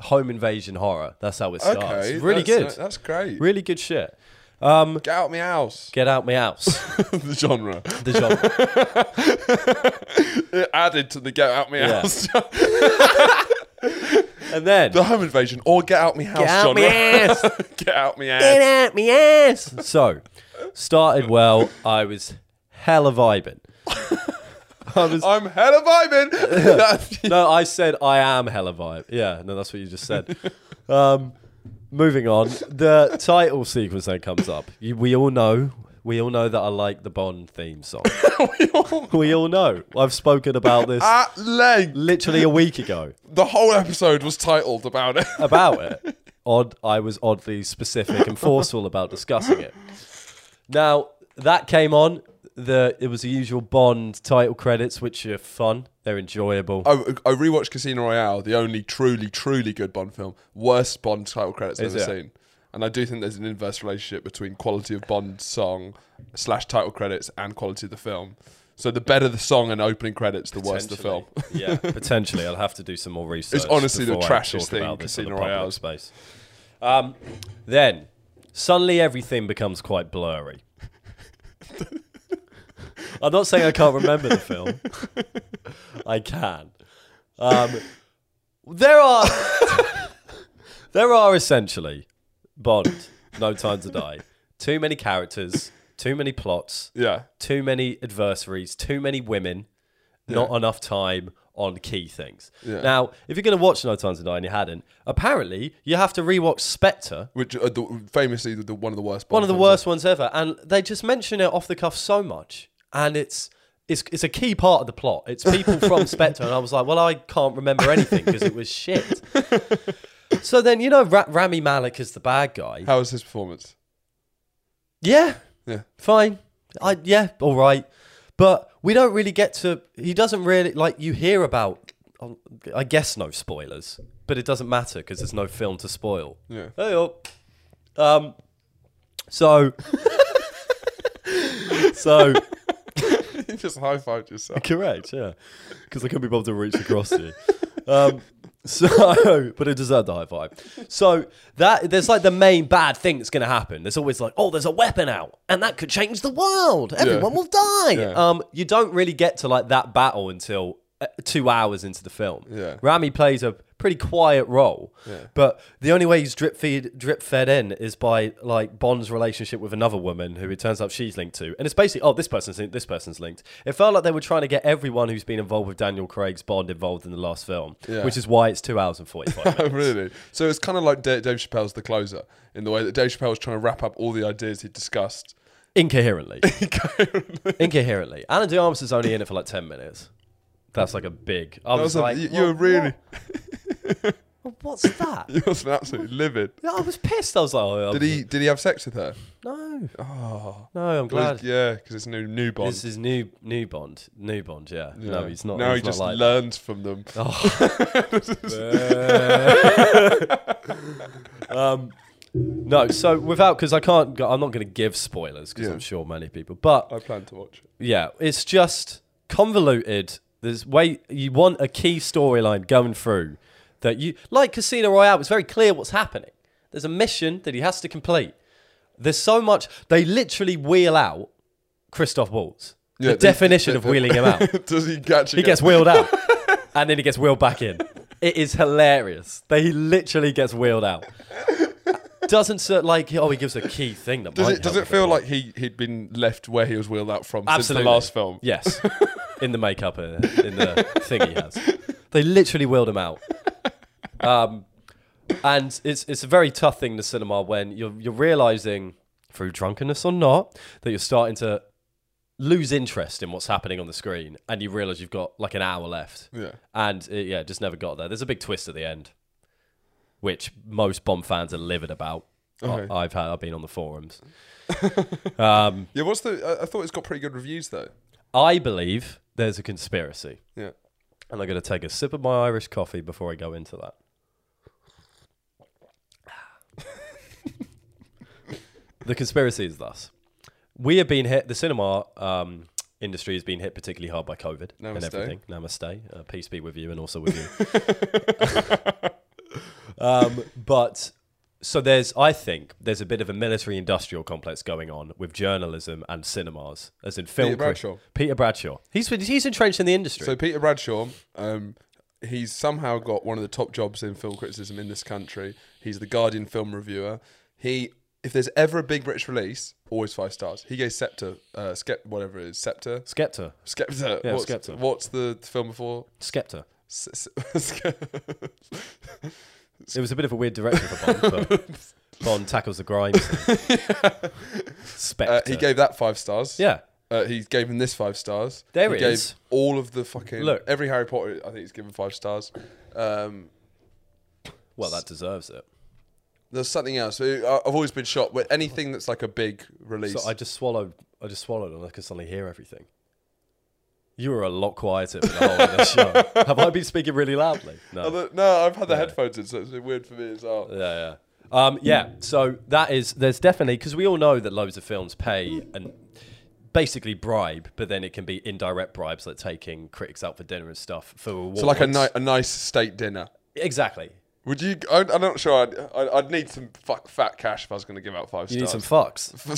Speaker 2: home invasion horror. That's how it starts.
Speaker 1: Okay.
Speaker 2: really
Speaker 1: that's- uh,
Speaker 2: good.
Speaker 1: That's great.
Speaker 2: really good shit.
Speaker 1: Get out my house.
Speaker 2: Get out my house.
Speaker 1: the genre.
Speaker 2: the genre.
Speaker 1: It added to the get out my
Speaker 2: Yeah.
Speaker 1: house.
Speaker 2: And then
Speaker 1: the home invasion or get out my house
Speaker 2: Get out
Speaker 1: genre.
Speaker 2: me ass.
Speaker 1: get out my
Speaker 2: Get
Speaker 1: ass.
Speaker 2: out me ass. So started well. I was hella vibing. I was
Speaker 1: I'm hella vibing. That's-
Speaker 2: no, I said I am hella vibe. Yeah, no, that's what you just said. Um, moving on, the title sequence then comes up. You, we all know, we all know that I like the Bond theme song. we all Ah. know. I've spoken about this
Speaker 1: At length.
Speaker 2: literally a week ago
Speaker 1: The whole episode was titled about it.
Speaker 2: about it. Odd, I was oddly specific and forceful about discussing it. Now that came on. The it was the usual Bond title credits, which are fun. They're enjoyable.
Speaker 1: I, I rewatched Casino Royale, the only truly, truly good Bond film. Worst Bond title credits I've
Speaker 2: Is
Speaker 1: ever
Speaker 2: it?
Speaker 1: seen. And I do think there's an inverse relationship between quality of Bond song slash title credits and quality of the film. So the better the song and opening credits, the worse the film.
Speaker 2: yeah, potentially. I'll have to do some more research.
Speaker 1: It's honestly the
Speaker 2: before I
Speaker 1: trashiest
Speaker 2: talk
Speaker 1: thing
Speaker 2: about this in the
Speaker 1: Casino
Speaker 2: public
Speaker 1: Royale.
Speaker 2: space. Um, then suddenly everything becomes quite blurry. I'm not saying I can't remember the film. I can. Um, there are there are essentially Bond, No Time to Die, too many characters, too many plots,
Speaker 1: Yeah.
Speaker 2: too many adversaries, too many women, not enough time, on key things.
Speaker 1: Yeah.
Speaker 2: Now, if you're going to watch No Time to Die and you hadn't, apparently you have to rewatch Spectre,
Speaker 1: which uh, the, famously the, the one of the worst.
Speaker 2: one of
Speaker 1: Bond
Speaker 2: the
Speaker 1: films
Speaker 2: worst ones ever, and they just mention it off the cuff so much, and it's. It's, it's a key part of the plot. It's people from Spectre, and I was like, well, I can't remember anything because it was shit. so then, you know, Ra- Rami Malik is the bad guy.
Speaker 1: How was his performance?
Speaker 2: Yeah.
Speaker 1: Yeah.
Speaker 2: Fine. I yeah, all right. But we don't really get to he doesn't really like you hear about um, I guess no spoilers, but it doesn't matter because there's no film to spoil.
Speaker 1: Yeah.
Speaker 2: Hey up. Um so so
Speaker 1: you just high fived yourself.
Speaker 2: correct, yeah. Because I couldn't be bothered to reach across to you. Um, so, but it deserved the high five. So that there's like the main bad thing that's going to happen. There's always like, oh, there's a weapon out, and that could change the world. Everyone will die.
Speaker 1: Yeah.
Speaker 2: Um, you don't really get to like that battle until uh, two hours into the film.
Speaker 1: Yeah.
Speaker 2: Rami plays a pretty quiet role, but the only way he's drip feed drip fed in is by like Bond's relationship with another woman who it turns out she's linked to, and it's basically oh this person's linked, this person's linked. It felt like they were trying to get everyone who's been involved with Daniel Craig's Bond involved in the last film,
Speaker 1: Yeah.
Speaker 2: which is why it's two hours and forty five.
Speaker 1: Oh, really? So it's kind of like Da- Dave Chappelle's The Closer in the way that Dave Chappelle was trying to wrap up all the ideas he discussed.
Speaker 2: incoherently. incoherently. Alan de Armas is only in it for like ten minutes. That's like a big. I
Speaker 1: That was
Speaker 2: was,
Speaker 1: a-
Speaker 2: like,
Speaker 1: you, you
Speaker 2: "Well,
Speaker 1: were really,
Speaker 2: what- what's that?
Speaker 1: you was absolutely livid.
Speaker 2: I was pissed. I was like, oh,
Speaker 1: Did he? Did he have sex with her?
Speaker 2: No. No, I'm glad.
Speaker 1: Was- Yeah, because it's new new Bond.
Speaker 2: This is new, new Bond, new Bond. Yeah. No,
Speaker 1: Yeah.
Speaker 2: he's not.
Speaker 1: Now
Speaker 2: he's
Speaker 1: he
Speaker 2: not
Speaker 1: just
Speaker 2: like that. Oh.
Speaker 1: learns from them.
Speaker 2: No, so without because I can't. go- I'm not going to give spoilers because
Speaker 1: Yeah. Uh,
Speaker 2: I'm sure many people. But
Speaker 1: I plan to watch. it.
Speaker 2: yeah, it's just convoluted. There's way you want a key storyline going through that you like Casino Royale. It's very clear what's happening. There's a mission that he has to complete. There's so much they literally wheel out Christoph Waltz.
Speaker 1: Yeah,
Speaker 2: the
Speaker 1: they-
Speaker 2: definition
Speaker 1: they-
Speaker 2: of wheeling him out.
Speaker 1: Does he catch?
Speaker 2: He gets wheeled out, and then he gets wheeled back in. It is hilarious. That he literally gets wheeled out. Doesn't ser- like oh he gives a key thing that
Speaker 1: Does
Speaker 2: might
Speaker 1: it? Does
Speaker 2: help
Speaker 1: it
Speaker 2: a bit
Speaker 1: feel
Speaker 2: more.
Speaker 1: like he he'd been left where he was wheeled out from
Speaker 2: Absolutely.
Speaker 1: since the last film?
Speaker 2: Yes, in the makeup uh, in the thing he has. They literally wheeled him out. Um, and it's it's a very tough thing in the cinema when you're you're realizing through drunkenness or not that you're starting to lose interest in what's happening on the screen, and you realize you've got like an hour left.
Speaker 1: Yeah.
Speaker 2: and it, yeah, just never got there. There's a big twist at the end, which most Bond fans are livid about. I-
Speaker 1: Okay.
Speaker 2: I've had I've been on the forums.
Speaker 1: Yeah. What's the? I, I thought it's got pretty good reviews though.
Speaker 2: I believe there's a conspiracy.
Speaker 1: Yeah.
Speaker 2: And I'm going to take a sip of my Irish coffee before I go into that. the conspiracy is thus. We have been hit, the cinema um, industry has been hit particularly hard by COVID
Speaker 1: Namaste.
Speaker 2: and everything. Namaste. Uh, peace be with you and also with you. um, but so there's, I think, there's a bit of a military industrial complex going on with journalism and cinemas, as in film.
Speaker 1: Peter
Speaker 2: crit-
Speaker 1: Bradshaw.
Speaker 2: Peter Bradshaw. He's, he's entrenched in the industry.
Speaker 1: So Peter Bradshaw, um, he's somehow got one of the top jobs in film criticism in this country. He's the Guardian film reviewer. He, if there's ever a big British release, always five stars. He gave Scepter, uh, Skept, whatever it is, Scepter,
Speaker 2: Skepta.
Speaker 1: Scepter.
Speaker 2: Yeah,
Speaker 1: uh, what's,
Speaker 2: Scepter.
Speaker 1: What's the film before?
Speaker 2: Skepta.
Speaker 1: S- s- Sce-
Speaker 2: It was a bit of a weird direction for Bond, but Bond tackles the grimes. Spectre.
Speaker 1: uh, he gave that five stars.
Speaker 2: yeah.
Speaker 1: Uh, he gave him this five stars.
Speaker 2: There
Speaker 1: he
Speaker 2: it
Speaker 1: gave
Speaker 2: is.
Speaker 1: All of the fucking
Speaker 2: Look.
Speaker 1: every Harry Potter, I think he's given five stars. Um,
Speaker 2: Well, that deserves it.
Speaker 1: there's something else. I- I've always been shocked with anything that's like a big release.
Speaker 2: So I just swallowed. I just swallowed, and I could suddenly hear everything. You were a lot quieter for the whole of the show. Have I been speaking really loudly? No.
Speaker 1: Although- no, I've had Oh, the headphones in, so it's weird for me as well.
Speaker 2: yeah, yeah. Um, yeah. So that is there's definitely because we all know that loads of films pay and basically bribe, but then it can be indirect bribes like taking critics out for dinner and stuff for awards.
Speaker 1: So like a, ni- a nice state dinner.
Speaker 2: exactly.
Speaker 1: Would you? I, I'm not sure. I'd, I'd, I'd need some fuck fat cash if I was going to give out five
Speaker 2: You need
Speaker 1: stars.
Speaker 2: some fucks.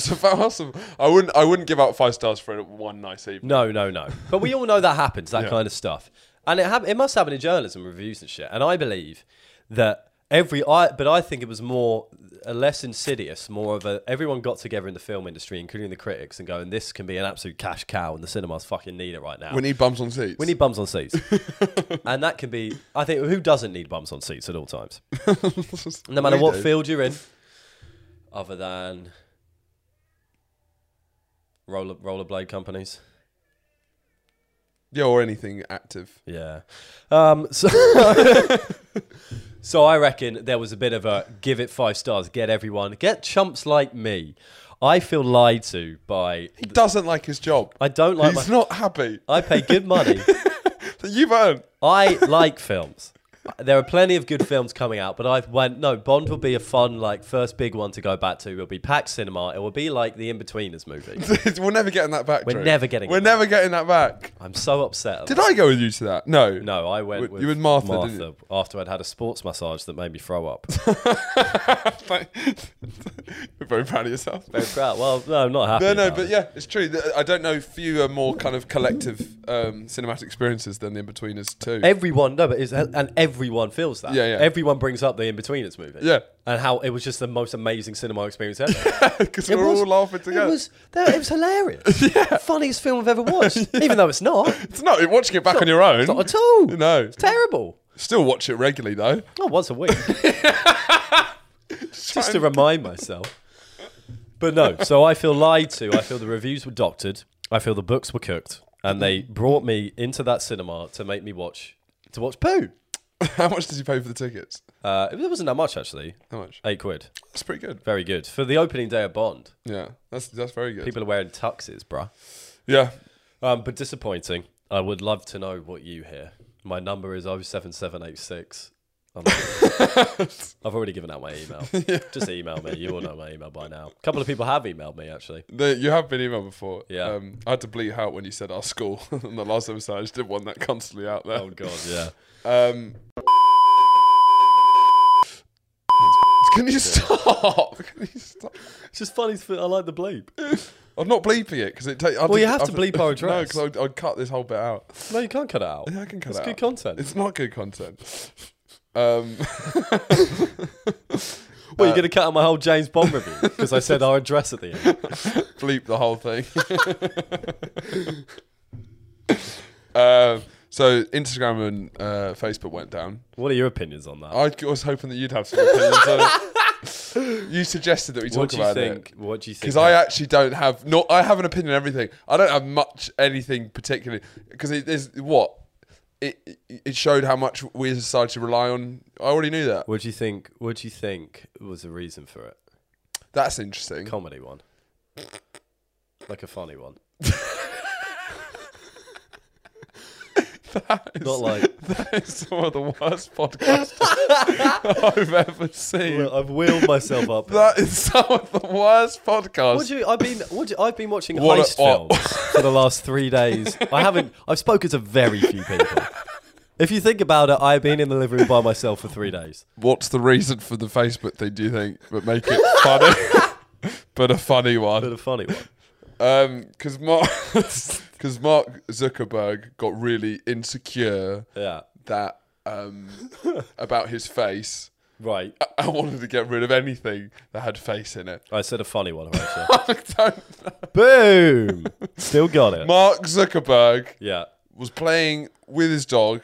Speaker 1: so if I was some- I wouldn't. I wouldn't give out five stars for one nice evening.
Speaker 2: No, no, no. But we all know that happens, that kind of stuff. And it, hap- it must happen in journalism reviews and shit. And I believe that every I but I think it was more a less insidious, more of a everyone got together in the film industry, including the critics, and going, This can be an absolute cash cow and the cinemas fucking need it right now.
Speaker 1: We need bums on seats.
Speaker 2: We need bums on seats. and that can be, I think, who doesn't need bums on seats at all times? No matter
Speaker 1: We
Speaker 2: what
Speaker 1: do.
Speaker 2: field you're in, other than roller rollerblade companies.
Speaker 1: Yeah, or anything active.
Speaker 2: Yeah. Um, so, so I reckon there was a bit of a give it five stars, get everyone, get chumps like me. I feel lied to by.
Speaker 1: He doesn't like his job.
Speaker 2: I don't like.
Speaker 1: He's
Speaker 2: my,
Speaker 1: not happy.
Speaker 2: I pay good money.
Speaker 1: You've earned.
Speaker 2: I like films. There are plenty of good films coming out, but I went no. Bond will be a fun, like first big one to go back to. It'll be packed cinema. It will be like the In Betweeners movie.
Speaker 1: We're never getting that back.
Speaker 2: We're
Speaker 1: Drew.
Speaker 2: never getting
Speaker 1: We're
Speaker 2: it
Speaker 1: never getting that back.
Speaker 2: I'm so upset.
Speaker 1: Did I go with you to that? No.
Speaker 2: No, I went
Speaker 1: You
Speaker 2: with
Speaker 1: and Martha, didn't
Speaker 2: Martha after I'd had a sports massage that made me throw up.
Speaker 1: You're very proud of yourself.
Speaker 2: Very proud. Well, no, I'm not happy.
Speaker 1: No, no,
Speaker 2: about
Speaker 1: but
Speaker 2: it.
Speaker 1: yeah, it's true. Th- I don't know fewer more kind of collective um, cinematic experiences than the Inbetweeners too.
Speaker 2: Everyone, no, but it's, and everyone feels that.
Speaker 1: Yeah, yeah.
Speaker 2: Everyone brings up the In Betweeners movie.
Speaker 1: Yeah.
Speaker 2: And how it was just the most amazing cinema experience ever.
Speaker 1: Because we're all laughing together.
Speaker 2: It was, that- it was hilarious. Funniest film I've ever watched. Even though it's not.
Speaker 1: it's not you're watching it back on your own.
Speaker 2: Not at all.
Speaker 1: No.
Speaker 2: It's terrible.
Speaker 1: Still watch it regularly though.
Speaker 2: Oh, once a week. just to remind myself. But no, so I feel lied to. I feel the reviews were doctored. I feel the books were cooked. And they brought me into that cinema to make me watch to watch poo.
Speaker 1: How much did you pay for the tickets?
Speaker 2: Uh, it wasn't that much actually.
Speaker 1: How much?
Speaker 2: Eight quid.
Speaker 1: That's pretty good.
Speaker 2: Very good. For the opening day of Bond,
Speaker 1: Yeah, that's that's very good.
Speaker 2: people are wearing tuxes, bruh.
Speaker 1: yeah,
Speaker 2: Um, but disappointing. I would love to know what you hear. My number is 07786. I'm- I've already given out my email. Just email me. You all know my email by now. A couple of people have emailed me, actually.
Speaker 1: The- you have been emailed before.
Speaker 2: Yeah.
Speaker 1: um, I had to bleep out when you said our school on the last episode. I just didn't want that constantly out there.
Speaker 2: Oh, God, yeah.
Speaker 1: Um, can you stop? Can you stop?
Speaker 2: It's just funny. I like the bleep.
Speaker 1: I'm not bleeping it because it takes.
Speaker 2: Well, you have to bleep our
Speaker 1: No,
Speaker 2: address.
Speaker 1: because I'd cut this whole bit out.
Speaker 2: No, you can't cut it out.
Speaker 1: Yeah, I can cut
Speaker 2: It's
Speaker 1: it
Speaker 2: good
Speaker 1: out.
Speaker 2: content.
Speaker 1: It's not good content. Um,
Speaker 2: well, you're going to cut out my whole James Bond review because I said our address at the end.
Speaker 1: bleep the whole thing. um, so Instagram and uh, Facebook went down.
Speaker 2: What are your opinions on that?
Speaker 1: I was hoping that you'd have some opinions on it. You suggested that we talk
Speaker 2: what do you
Speaker 1: about
Speaker 2: think?
Speaker 1: it.
Speaker 2: What do you think?
Speaker 1: Because I actually don't have not I have an opinion on everything. I don't have much anything particularly because it is what it it showed how much we as a society rely on. I already knew that.
Speaker 2: What do you think? What do you think was the reason for it?
Speaker 1: That's interesting.
Speaker 2: Comedy one, like a funny one. Not like
Speaker 1: That is some of the worst podcast I've ever seen.
Speaker 2: Look, I've wheeled myself up.
Speaker 1: that is some of the worst podcast.
Speaker 2: What do you, I've been what do you, I've been watching
Speaker 1: What a-
Speaker 2: heist
Speaker 1: oh.
Speaker 2: films for the last three days. I haven't. I've spoken to very few people. If you think about it, I've been in the living room by myself for three days.
Speaker 1: What's the reason for the Facebook thing? Do you think, but make it funny, but a funny
Speaker 2: But
Speaker 1: one?
Speaker 2: a funny one.
Speaker 1: Um, because Mark, because Mark Zuckerberg got really insecure
Speaker 2: Yeah.
Speaker 1: that um about his face.
Speaker 2: Right.
Speaker 1: I wanted to get rid of anything that had face in it.
Speaker 2: I said a funny one. Horatio.
Speaker 1: I don't know.
Speaker 2: Boom. Still got it.
Speaker 1: Mark Zuckerberg
Speaker 2: Yeah.
Speaker 1: was playing with his dog.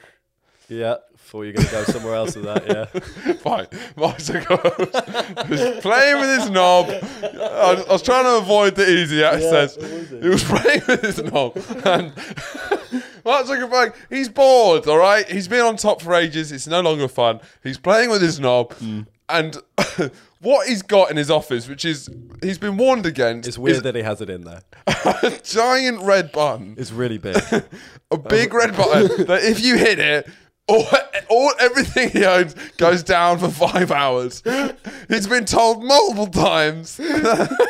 Speaker 2: Yeah. Thought you were gonna go somewhere else with that. Yeah.
Speaker 1: Fine. Mark Zuckerberg was, was playing with his knob. I was, I was trying to avoid the easy access. he was playing with his knob. And Mark Zuckerberg, he's bored, all right? He's been on top for ages. It's no longer fun. He's playing with his knob.
Speaker 2: Hmm.
Speaker 1: And what he's got in his office, which is he's been warned against,
Speaker 2: It's weird
Speaker 1: is
Speaker 2: that he has it in there.
Speaker 1: a giant red button.
Speaker 2: It's really big.
Speaker 1: A big
Speaker 2: Um,
Speaker 1: red button that if you hit it, all, all everything he owns goes down for five hours. He's been told multiple times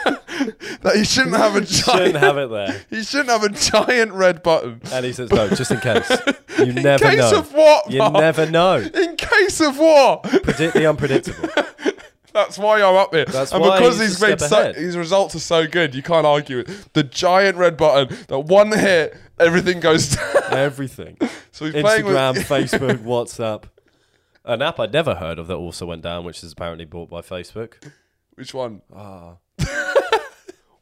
Speaker 1: that he shouldn't have a giant.
Speaker 2: Shouldn't have it there.
Speaker 1: he shouldn't have a giant red button.
Speaker 2: And he says, no, just in case. You never
Speaker 1: case
Speaker 2: know.
Speaker 1: of what,
Speaker 2: You
Speaker 1: Mark?
Speaker 2: never know.
Speaker 1: In case of war,
Speaker 2: Predict the unpredictable.
Speaker 1: that's why I'm up here.
Speaker 2: That's
Speaker 1: and
Speaker 2: why
Speaker 1: because
Speaker 2: he's a
Speaker 1: he's made
Speaker 2: step
Speaker 1: so,
Speaker 2: ahead.
Speaker 1: his results are so good, you can't argue it. The giant red button that one hit, everything goes down.
Speaker 2: Everything.
Speaker 1: So he's playing with
Speaker 2: Instagram, Facebook, WhatsApp. An app I'd never heard of that also went down, which is apparently bought by Facebook.
Speaker 1: Which one?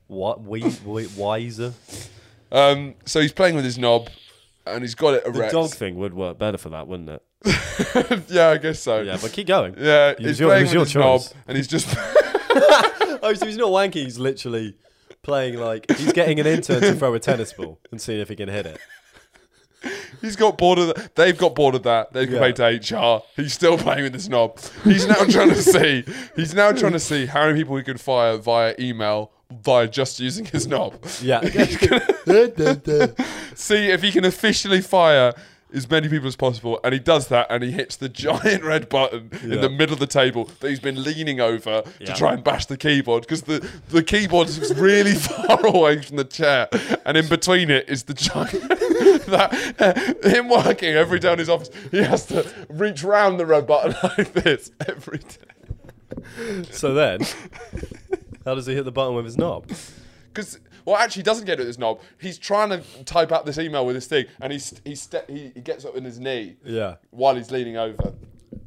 Speaker 2: What? We, we, wiser?
Speaker 1: Um, so he's playing with his knob, and he's got it
Speaker 2: The
Speaker 1: erect.
Speaker 2: dog thing would work better for that, wouldn't it?
Speaker 1: yeah, I guess so.
Speaker 2: Yeah, but keep going.
Speaker 1: Yeah,
Speaker 2: It was
Speaker 1: he's
Speaker 2: your- it
Speaker 1: playing with
Speaker 2: was your
Speaker 1: his knob,
Speaker 2: choice.
Speaker 1: and he's just
Speaker 2: Oh, so he's not wanking. He's literally playing like he's getting an intern to throw a tennis ball and seeing if he can hit it.
Speaker 1: he's got bored of that. They've got bored of that. They've
Speaker 2: Yeah.
Speaker 1: complained to HR. He's still playing with his knob. He's now trying to see. He's now trying to see how many people he can fire via email via just using his knob.
Speaker 2: Yeah.
Speaker 1: see if he can officially fire as many people as possible. And he does that, and he hits the giant red button in
Speaker 2: Yeah.
Speaker 1: the middle of the table that he's been leaning over to
Speaker 2: Yeah.
Speaker 1: try and bash the keyboard because the, the keyboard is really far away from the chair, and in between it is the giant. that him working every day in his office, he has to reach round the red button like this every day.
Speaker 2: so then, how does he hit the button with his knob?
Speaker 1: Because well, actually, he doesn't get it with his knob. He's trying to type out this email with his thing, and he's, he, ste- he he gets up in his knee.
Speaker 2: Yeah.
Speaker 1: While he's leaning over.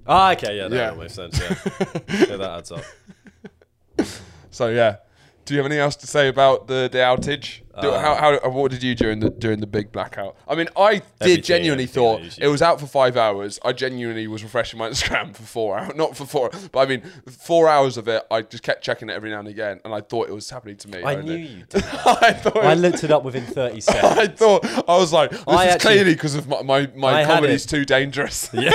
Speaker 2: Ah, okay. Yeah, that,
Speaker 1: Yeah.
Speaker 2: that makes sense. Yeah. yeah, that adds up.
Speaker 1: So yeah. Do you have anything else to say about the, the outage? Do,
Speaker 2: Uh,
Speaker 1: how, how what did you do during the during the big blackout? I mean, I
Speaker 2: Everything,
Speaker 1: did genuinely
Speaker 2: everything
Speaker 1: thought
Speaker 2: I usually
Speaker 1: it was out for five hours. I genuinely was refreshing my Instagram for four hours, not for four, but I mean four hours of it. I just kept checking it every now and again, and I thought it was happening to me.
Speaker 2: I
Speaker 1: only.
Speaker 2: knew you did.
Speaker 1: I thought.
Speaker 2: I
Speaker 1: it-
Speaker 2: looked it up within 30 seconds.
Speaker 1: I thought I was like, this
Speaker 2: I
Speaker 1: is
Speaker 2: actually-
Speaker 1: clearly because of my my,
Speaker 2: I
Speaker 1: my
Speaker 2: had
Speaker 1: comedy's
Speaker 2: it.
Speaker 1: too dangerous.
Speaker 2: Yeah.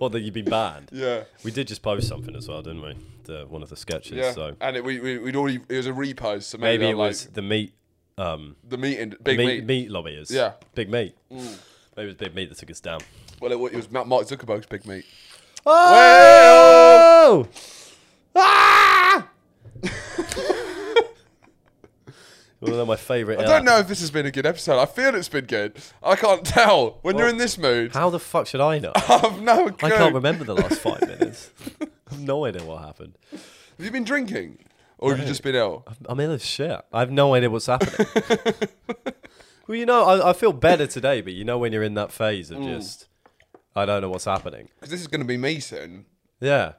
Speaker 2: well, then you'd be banned.
Speaker 1: yeah.
Speaker 2: We did just post something as well, didn't we? The, one of the sketches.
Speaker 1: Yeah,
Speaker 2: So
Speaker 1: and it, we, we, we'd already it was a repost, so maybe,
Speaker 2: maybe
Speaker 1: I'm
Speaker 2: it
Speaker 1: like
Speaker 2: was the meat, um,
Speaker 1: the meeting, big
Speaker 2: meat,
Speaker 1: meet.
Speaker 2: meat lobbyers.
Speaker 1: Yeah. Mm.
Speaker 2: Big meat. Maybe it was big meat that took us down.
Speaker 1: Well, it, wa- it was Ma- Mark Zuckerberg's big meet.
Speaker 2: Oh!
Speaker 1: Ah!
Speaker 2: One of my favourite. uh,
Speaker 1: I don't know if this has been a good episode. I feel it's been good. I can't tell. When you're in this mood,
Speaker 2: How the fuck should I know?
Speaker 1: I've no clue.
Speaker 2: I can't remember the last five minutes. I've no idea what happened.
Speaker 1: Have you been drinking? Or have you just been ill?
Speaker 2: I'm ill as shit. I have no idea what's happening. well, you know, I, I feel better today, but you know when you're in that phase of just, I don't know what's happening.
Speaker 1: Because this is going to be me soon,
Speaker 2: Yeah.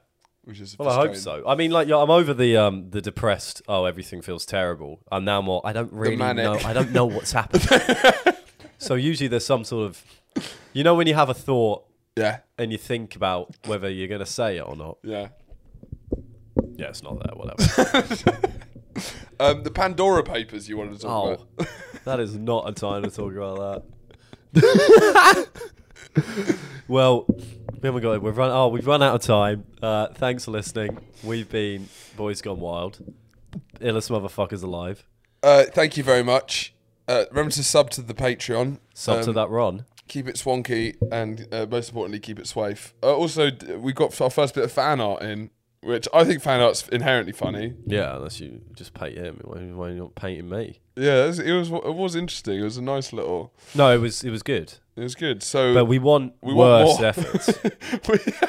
Speaker 1: which is.
Speaker 2: Well, I hope
Speaker 1: frustrating.
Speaker 2: so. I mean, like, yeah, I'm over the um the depressed. Oh, everything feels terrible. I'm now more. I don't really
Speaker 1: manic.
Speaker 2: know. I don't know what's happening. so usually there's some sort of, you know, when you have a thought
Speaker 1: Yeah,
Speaker 2: and you think about whether you're gonna say it or not.
Speaker 1: yeah.
Speaker 2: Yeah, it's not there. Whatever.
Speaker 1: Um, the Pandora Papers you wanted to talk
Speaker 2: Oh,
Speaker 1: about.
Speaker 2: that is not a time to talk about that. well, we haven't got it. We've run. Oh, we've run out of time. Uh, thanks for listening. We've been boys gone wild. Illest motherfuckers alive.
Speaker 1: Uh, thank you very much. Uh, remember to sub to the Patreon.
Speaker 2: Sub to
Speaker 1: Um,
Speaker 2: that Ron.
Speaker 1: Keep it swanky, and uh, most importantly, keep it swafe. Uh, also, d- we got our first bit of fan art in, which I think fan art's inherently funny.
Speaker 2: Yeah, unless you just paint him. Why, why are you not painting me?
Speaker 1: Yeah, it was, it was it was interesting. It was a nice little.
Speaker 2: No, it was it was good.
Speaker 1: It was good. So
Speaker 2: But we want
Speaker 1: We want
Speaker 2: worse
Speaker 1: more.
Speaker 2: efforts.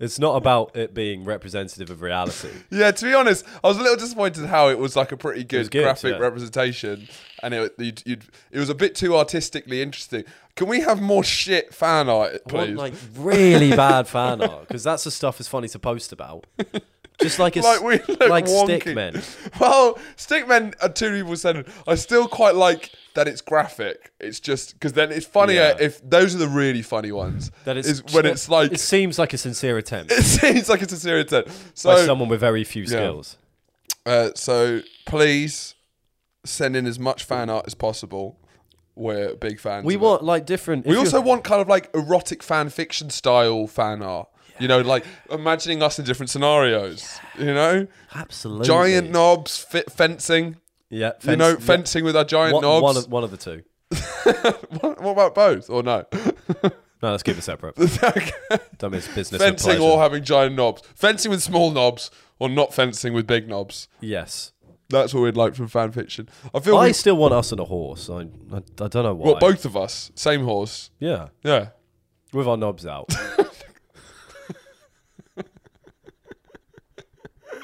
Speaker 2: it's not about it being representative of reality.
Speaker 1: yeah, to be honest, I was a little disappointed how it was like a pretty good,
Speaker 2: good,
Speaker 1: graphic
Speaker 2: yeah.
Speaker 1: representation, and it you'd, you'd, it was a bit too artistically interesting. Can we have more shit fan art,
Speaker 2: I want,
Speaker 1: please?
Speaker 2: like really bad fan art because that's the stuff that's funny to post about. Just like a,
Speaker 1: like
Speaker 2: s-
Speaker 1: we look
Speaker 2: like
Speaker 1: wonky.
Speaker 2: stick men.
Speaker 1: Well, stickmen are two people said. I still quite like that it's graphic. It's just because then it's funnier
Speaker 2: Yeah.
Speaker 1: if those are the really funny ones.
Speaker 2: That is
Speaker 1: is when it's like
Speaker 2: it seems like a sincere attempt
Speaker 1: it seems like it's a serious attempt. So
Speaker 2: by someone with very few skills.
Speaker 1: Uh, so please send in as much fan art as possible. We're big fans.
Speaker 2: We
Speaker 1: of
Speaker 2: want
Speaker 1: It.
Speaker 2: like different.
Speaker 1: We
Speaker 2: if you-
Speaker 1: also want kind of like erotic fan fiction style fan art. You know, like imagining us in different scenarios. You know,
Speaker 2: absolutely
Speaker 1: giant knobs, fit fencing.
Speaker 2: Yeah,
Speaker 1: you know,
Speaker 2: fence- yeah.
Speaker 1: fencing with our giant
Speaker 2: One-
Speaker 1: knobs.
Speaker 2: One of, one of the two.
Speaker 1: what, what about both or no?
Speaker 2: No, let's keep it separate. Don't miss business. with
Speaker 1: fencing
Speaker 2: pleasure.
Speaker 1: or having giant knobs. Fencing with small knobs or not fencing with big knobs.
Speaker 2: yes.
Speaker 1: That's what we'd like from fan fiction. I feel
Speaker 2: I
Speaker 1: we,
Speaker 2: still want us on a horse. I, I, I don't know why.
Speaker 1: well, both of us, same horse.
Speaker 2: Yeah,
Speaker 1: Yeah.
Speaker 2: with our knobs out.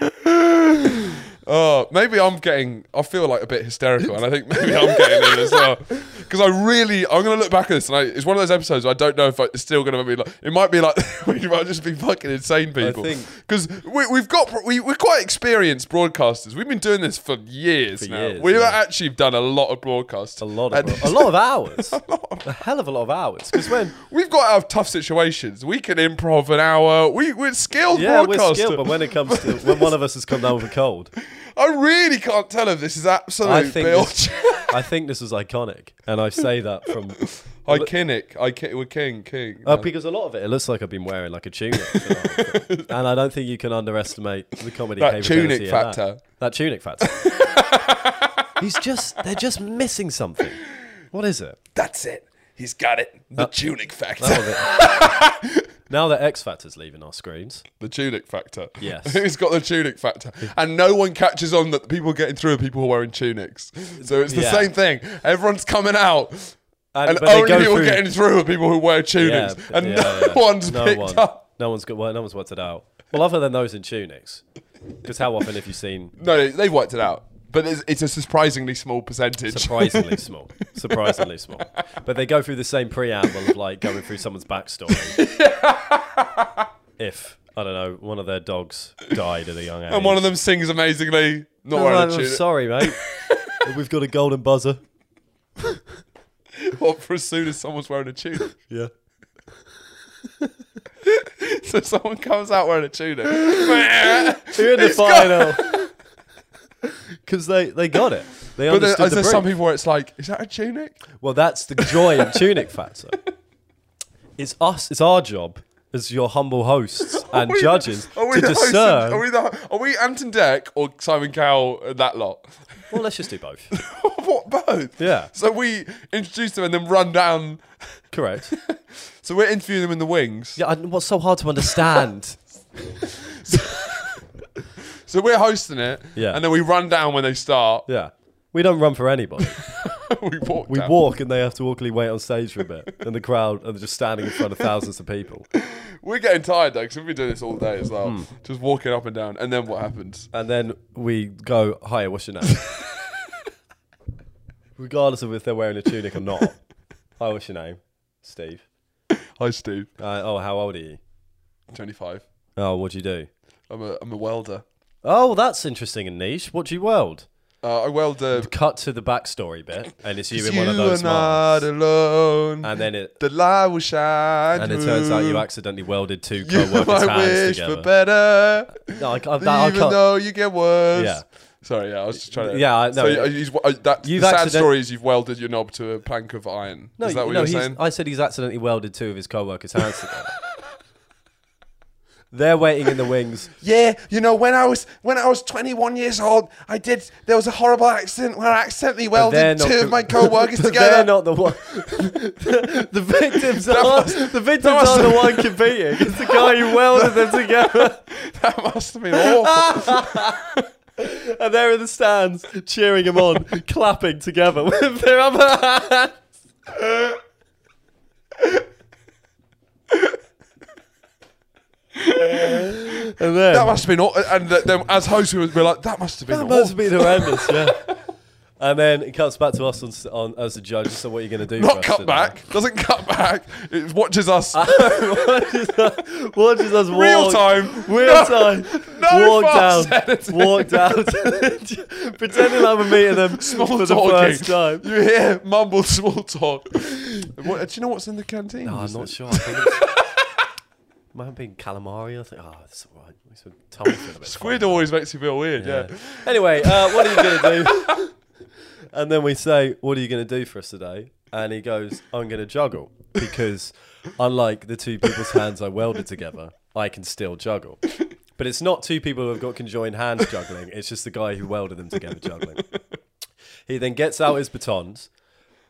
Speaker 1: Uh, Oh, maybe I'm getting. I feel like a bit hysterical, and I think maybe I'm getting it as well. because I really I'm gonna look back at this and I, it's one of those episodes where I don't know if I, it's still gonna be like it might be like we might just be fucking insane people
Speaker 2: think-
Speaker 1: because we, we've got we, we're quite experienced broadcasters we've been doing this for years
Speaker 2: For
Speaker 1: now
Speaker 2: years,
Speaker 1: we've
Speaker 2: yeah.
Speaker 1: actually done a lot of broadcasts
Speaker 2: A lot
Speaker 1: And
Speaker 2: of a lot of hours, a, hell of a lot of hours. Because when
Speaker 1: we've got out of tough situations we can improv an hour we we're skilled
Speaker 2: yeah,
Speaker 1: broadcasters
Speaker 2: we're skilled, but when it comes to when one of us has come down with a cold,
Speaker 1: I really can't tell if this is absolute
Speaker 2: I think
Speaker 1: bilge.
Speaker 2: this, I think this was iconic, and I say that from
Speaker 1: I Kinnick. I ki- we're king, king.
Speaker 2: Uh, because a lot of it, it looks like I've been wearing like a tunic, for the whole thing. and I don't think you can underestimate the comedy
Speaker 1: That
Speaker 2: capability
Speaker 1: tunic
Speaker 2: of that.
Speaker 1: factor.
Speaker 2: That tunic factor. He's just they're just missing something. What is it?
Speaker 1: That's it. He's got it. The tunic
Speaker 2: What
Speaker 1: factor.
Speaker 2: is it? now that X Factor's leaving our screens,
Speaker 1: The tunic factor.
Speaker 2: Yes.
Speaker 1: Who's got the tunic factor? And no one catches on that the people getting through are people who are wearing tunics. So it's the
Speaker 2: Yeah.
Speaker 1: same thing. Everyone's coming out. And
Speaker 2: but
Speaker 1: only people getting through are people who wear tunics.
Speaker 2: Yeah,
Speaker 1: and
Speaker 2: yeah,
Speaker 1: no
Speaker 2: yeah.
Speaker 1: one's picked
Speaker 2: one-
Speaker 1: up.
Speaker 2: No one's got. Well, no one's worked it out. Well, other than those in tunics, because how often have you seen?
Speaker 1: No, they've worked it out. But it's, it's a surprisingly small percentage.
Speaker 2: Surprisingly small. Surprisingly small. But they go through the same preamble of like going through someone's backstory. if I don't know, one of their dogs died at a young age.
Speaker 1: and one of them sings amazingly, not
Speaker 2: Oh,
Speaker 1: wearing
Speaker 2: I'm
Speaker 1: a tunic.
Speaker 2: sorry, mate. We've got a golden buzzer.
Speaker 1: What for as soon as someone's wearing a tunic.
Speaker 2: Yeah.
Speaker 1: So someone comes out wearing a tunic. but
Speaker 2: You're in the final. Because they, they got it. They
Speaker 1: there,
Speaker 2: understood
Speaker 1: is
Speaker 2: the
Speaker 1: there
Speaker 2: brief.
Speaker 1: some people where it's like, is that a tunic?
Speaker 2: Well, that's the joy of Tunic Factor. It's us. It's our job as your humble hosts and
Speaker 1: Are we-
Speaker 2: judges
Speaker 1: are we
Speaker 2: to
Speaker 1: the hosts and-
Speaker 2: discern.
Speaker 1: Are we, the, are we Anton Deck or Simon Cowell and that lot?
Speaker 2: Well, let's just do both.
Speaker 1: what both?
Speaker 2: Yeah.
Speaker 1: So we introduce them and then run down.
Speaker 2: Correct.
Speaker 1: So we're interviewing them in the wings.
Speaker 2: Yeah, and what's so hard to understand?
Speaker 1: So we're hosting it.
Speaker 2: Yeah.
Speaker 1: And then we run down when they start.
Speaker 2: yeah. We don't run for anybody.
Speaker 1: we walk.
Speaker 2: We
Speaker 1: down.
Speaker 2: walk and they have to awkwardly wait on stage for a bit. And the crowd are just standing in front of thousands of people.
Speaker 1: We're getting tired though, because we've been doing this all day as
Speaker 2: Hmm.
Speaker 1: well. Just walking up and down. And then what happens?
Speaker 2: And then we go, Hiya, what's your name? Regardless of if they're wearing a tunic or not. Hi, what's your name? Steve.
Speaker 1: Hi, Steve.
Speaker 2: Uh, oh, how old are you?
Speaker 1: 25.
Speaker 2: Oh, what do you do?
Speaker 1: I'm a, I'm a welder.
Speaker 2: Oh, that's interesting and niche. What do you weld?
Speaker 1: Uh, I weld uh,
Speaker 2: Cut to the backstory bit, and it's you in
Speaker 1: you
Speaker 2: one of those
Speaker 1: are not
Speaker 2: masks.
Speaker 1: alone.
Speaker 2: And then it
Speaker 1: the light will shine.
Speaker 2: and it turns out you
Speaker 1: through.
Speaker 2: accidentally welded two
Speaker 1: You
Speaker 2: co-workers'
Speaker 1: might
Speaker 2: hands
Speaker 1: wish for
Speaker 2: together.
Speaker 1: better,
Speaker 2: No, I, I, that, I
Speaker 1: even
Speaker 2: can't.
Speaker 1: though you get worse.
Speaker 2: Yeah.
Speaker 1: Sorry, yeah, I was just trying to.
Speaker 2: Yeah, I-
Speaker 1: so
Speaker 2: no,
Speaker 1: you- he's, uh, that,
Speaker 2: You've
Speaker 1: the sad
Speaker 2: accident-
Speaker 1: story is you've welded your knob to a plank of iron.
Speaker 2: no,
Speaker 1: is that what
Speaker 2: no,
Speaker 1: you're
Speaker 2: he's-
Speaker 1: saying?
Speaker 2: I said he's accidentally welded two of his co-workers' hands together. They're waiting in the wings.
Speaker 1: yeah, you know, when I was when I was 21 years old, I did. There was a horrible accident where I accidentally
Speaker 2: They're
Speaker 1: welded
Speaker 2: not
Speaker 1: two
Speaker 2: the-
Speaker 1: of my co-workers
Speaker 2: but
Speaker 1: together.
Speaker 2: They're not the one. the victims are the victims
Speaker 1: was-
Speaker 2: are the one competing. It's the guy who welded them together.
Speaker 1: that must have been awful.
Speaker 2: And they're in the stands cheering him on, clapping together with their other hand. and then
Speaker 1: that must have been awful. And th- then as hosts, we were like, that must have been
Speaker 2: that
Speaker 1: awful.
Speaker 2: must have been horrendous, yeah. And then it cuts back to us on, s- on as the judge. So what are you going to do? for
Speaker 1: Not
Speaker 2: us
Speaker 1: cut
Speaker 2: today?
Speaker 1: back. Doesn't cut back. It watches us
Speaker 2: watches us, watches us walk,
Speaker 1: Real time.
Speaker 2: real
Speaker 1: No-
Speaker 2: time,
Speaker 1: no
Speaker 2: walk down,
Speaker 1: falsetto.
Speaker 2: walk down, pretending like we're meeting them
Speaker 1: small
Speaker 2: for the
Speaker 1: talking.
Speaker 2: first time.
Speaker 1: You hear mumbled small talk. What, do you know what's in the canteen?
Speaker 2: Oh, I'm
Speaker 1: Just
Speaker 2: not sure. I think it's- might have been calamari. I think. Oh, that's all right. It's a tummy feel a bit
Speaker 1: Squid always makes you feel weird, yeah.
Speaker 2: funny. Yeah. Anyway, uh, what are you gonna do? and then we say, "What are you gonna do for us today?" And he goes, "I'm gonna juggle because, unlike the two people's hands I welded together, I can still juggle." But it's not two people who have got conjoined hands juggling. It's just the guy who welded them together juggling. He then gets out his batons,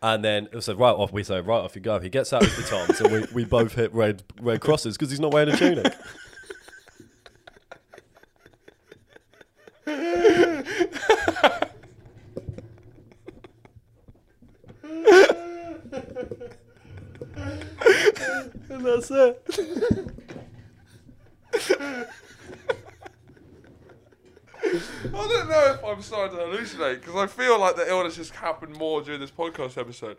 Speaker 2: and then it was like, right off. We say, right off you go. He gets out his batons, and we, we both hit red red crosses because he's not wearing a tunic. and that's it.
Speaker 1: I I don't know if I'm starting to hallucinate because I feel like the illness has happened more during this podcast episode.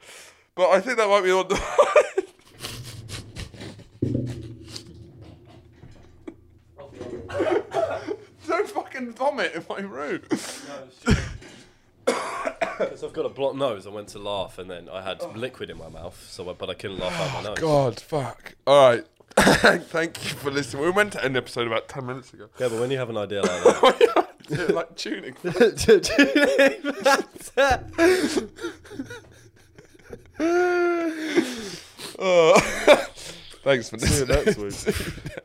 Speaker 1: But I think that might be on the. don't fucking vomit in my room.
Speaker 2: Because I've got a blocked nose. I went to laugh and then I had liquid in my mouth, so I, but I couldn't laugh out my nose.
Speaker 1: God, fuck. All right. Thank you for listening. We meant to end the episode about 10 minutes ago.
Speaker 2: Yeah, but when you have an idea like that.
Speaker 1: like tuning. Oh. Thanks for listening.
Speaker 2: next week.
Speaker 1: Oh. See you next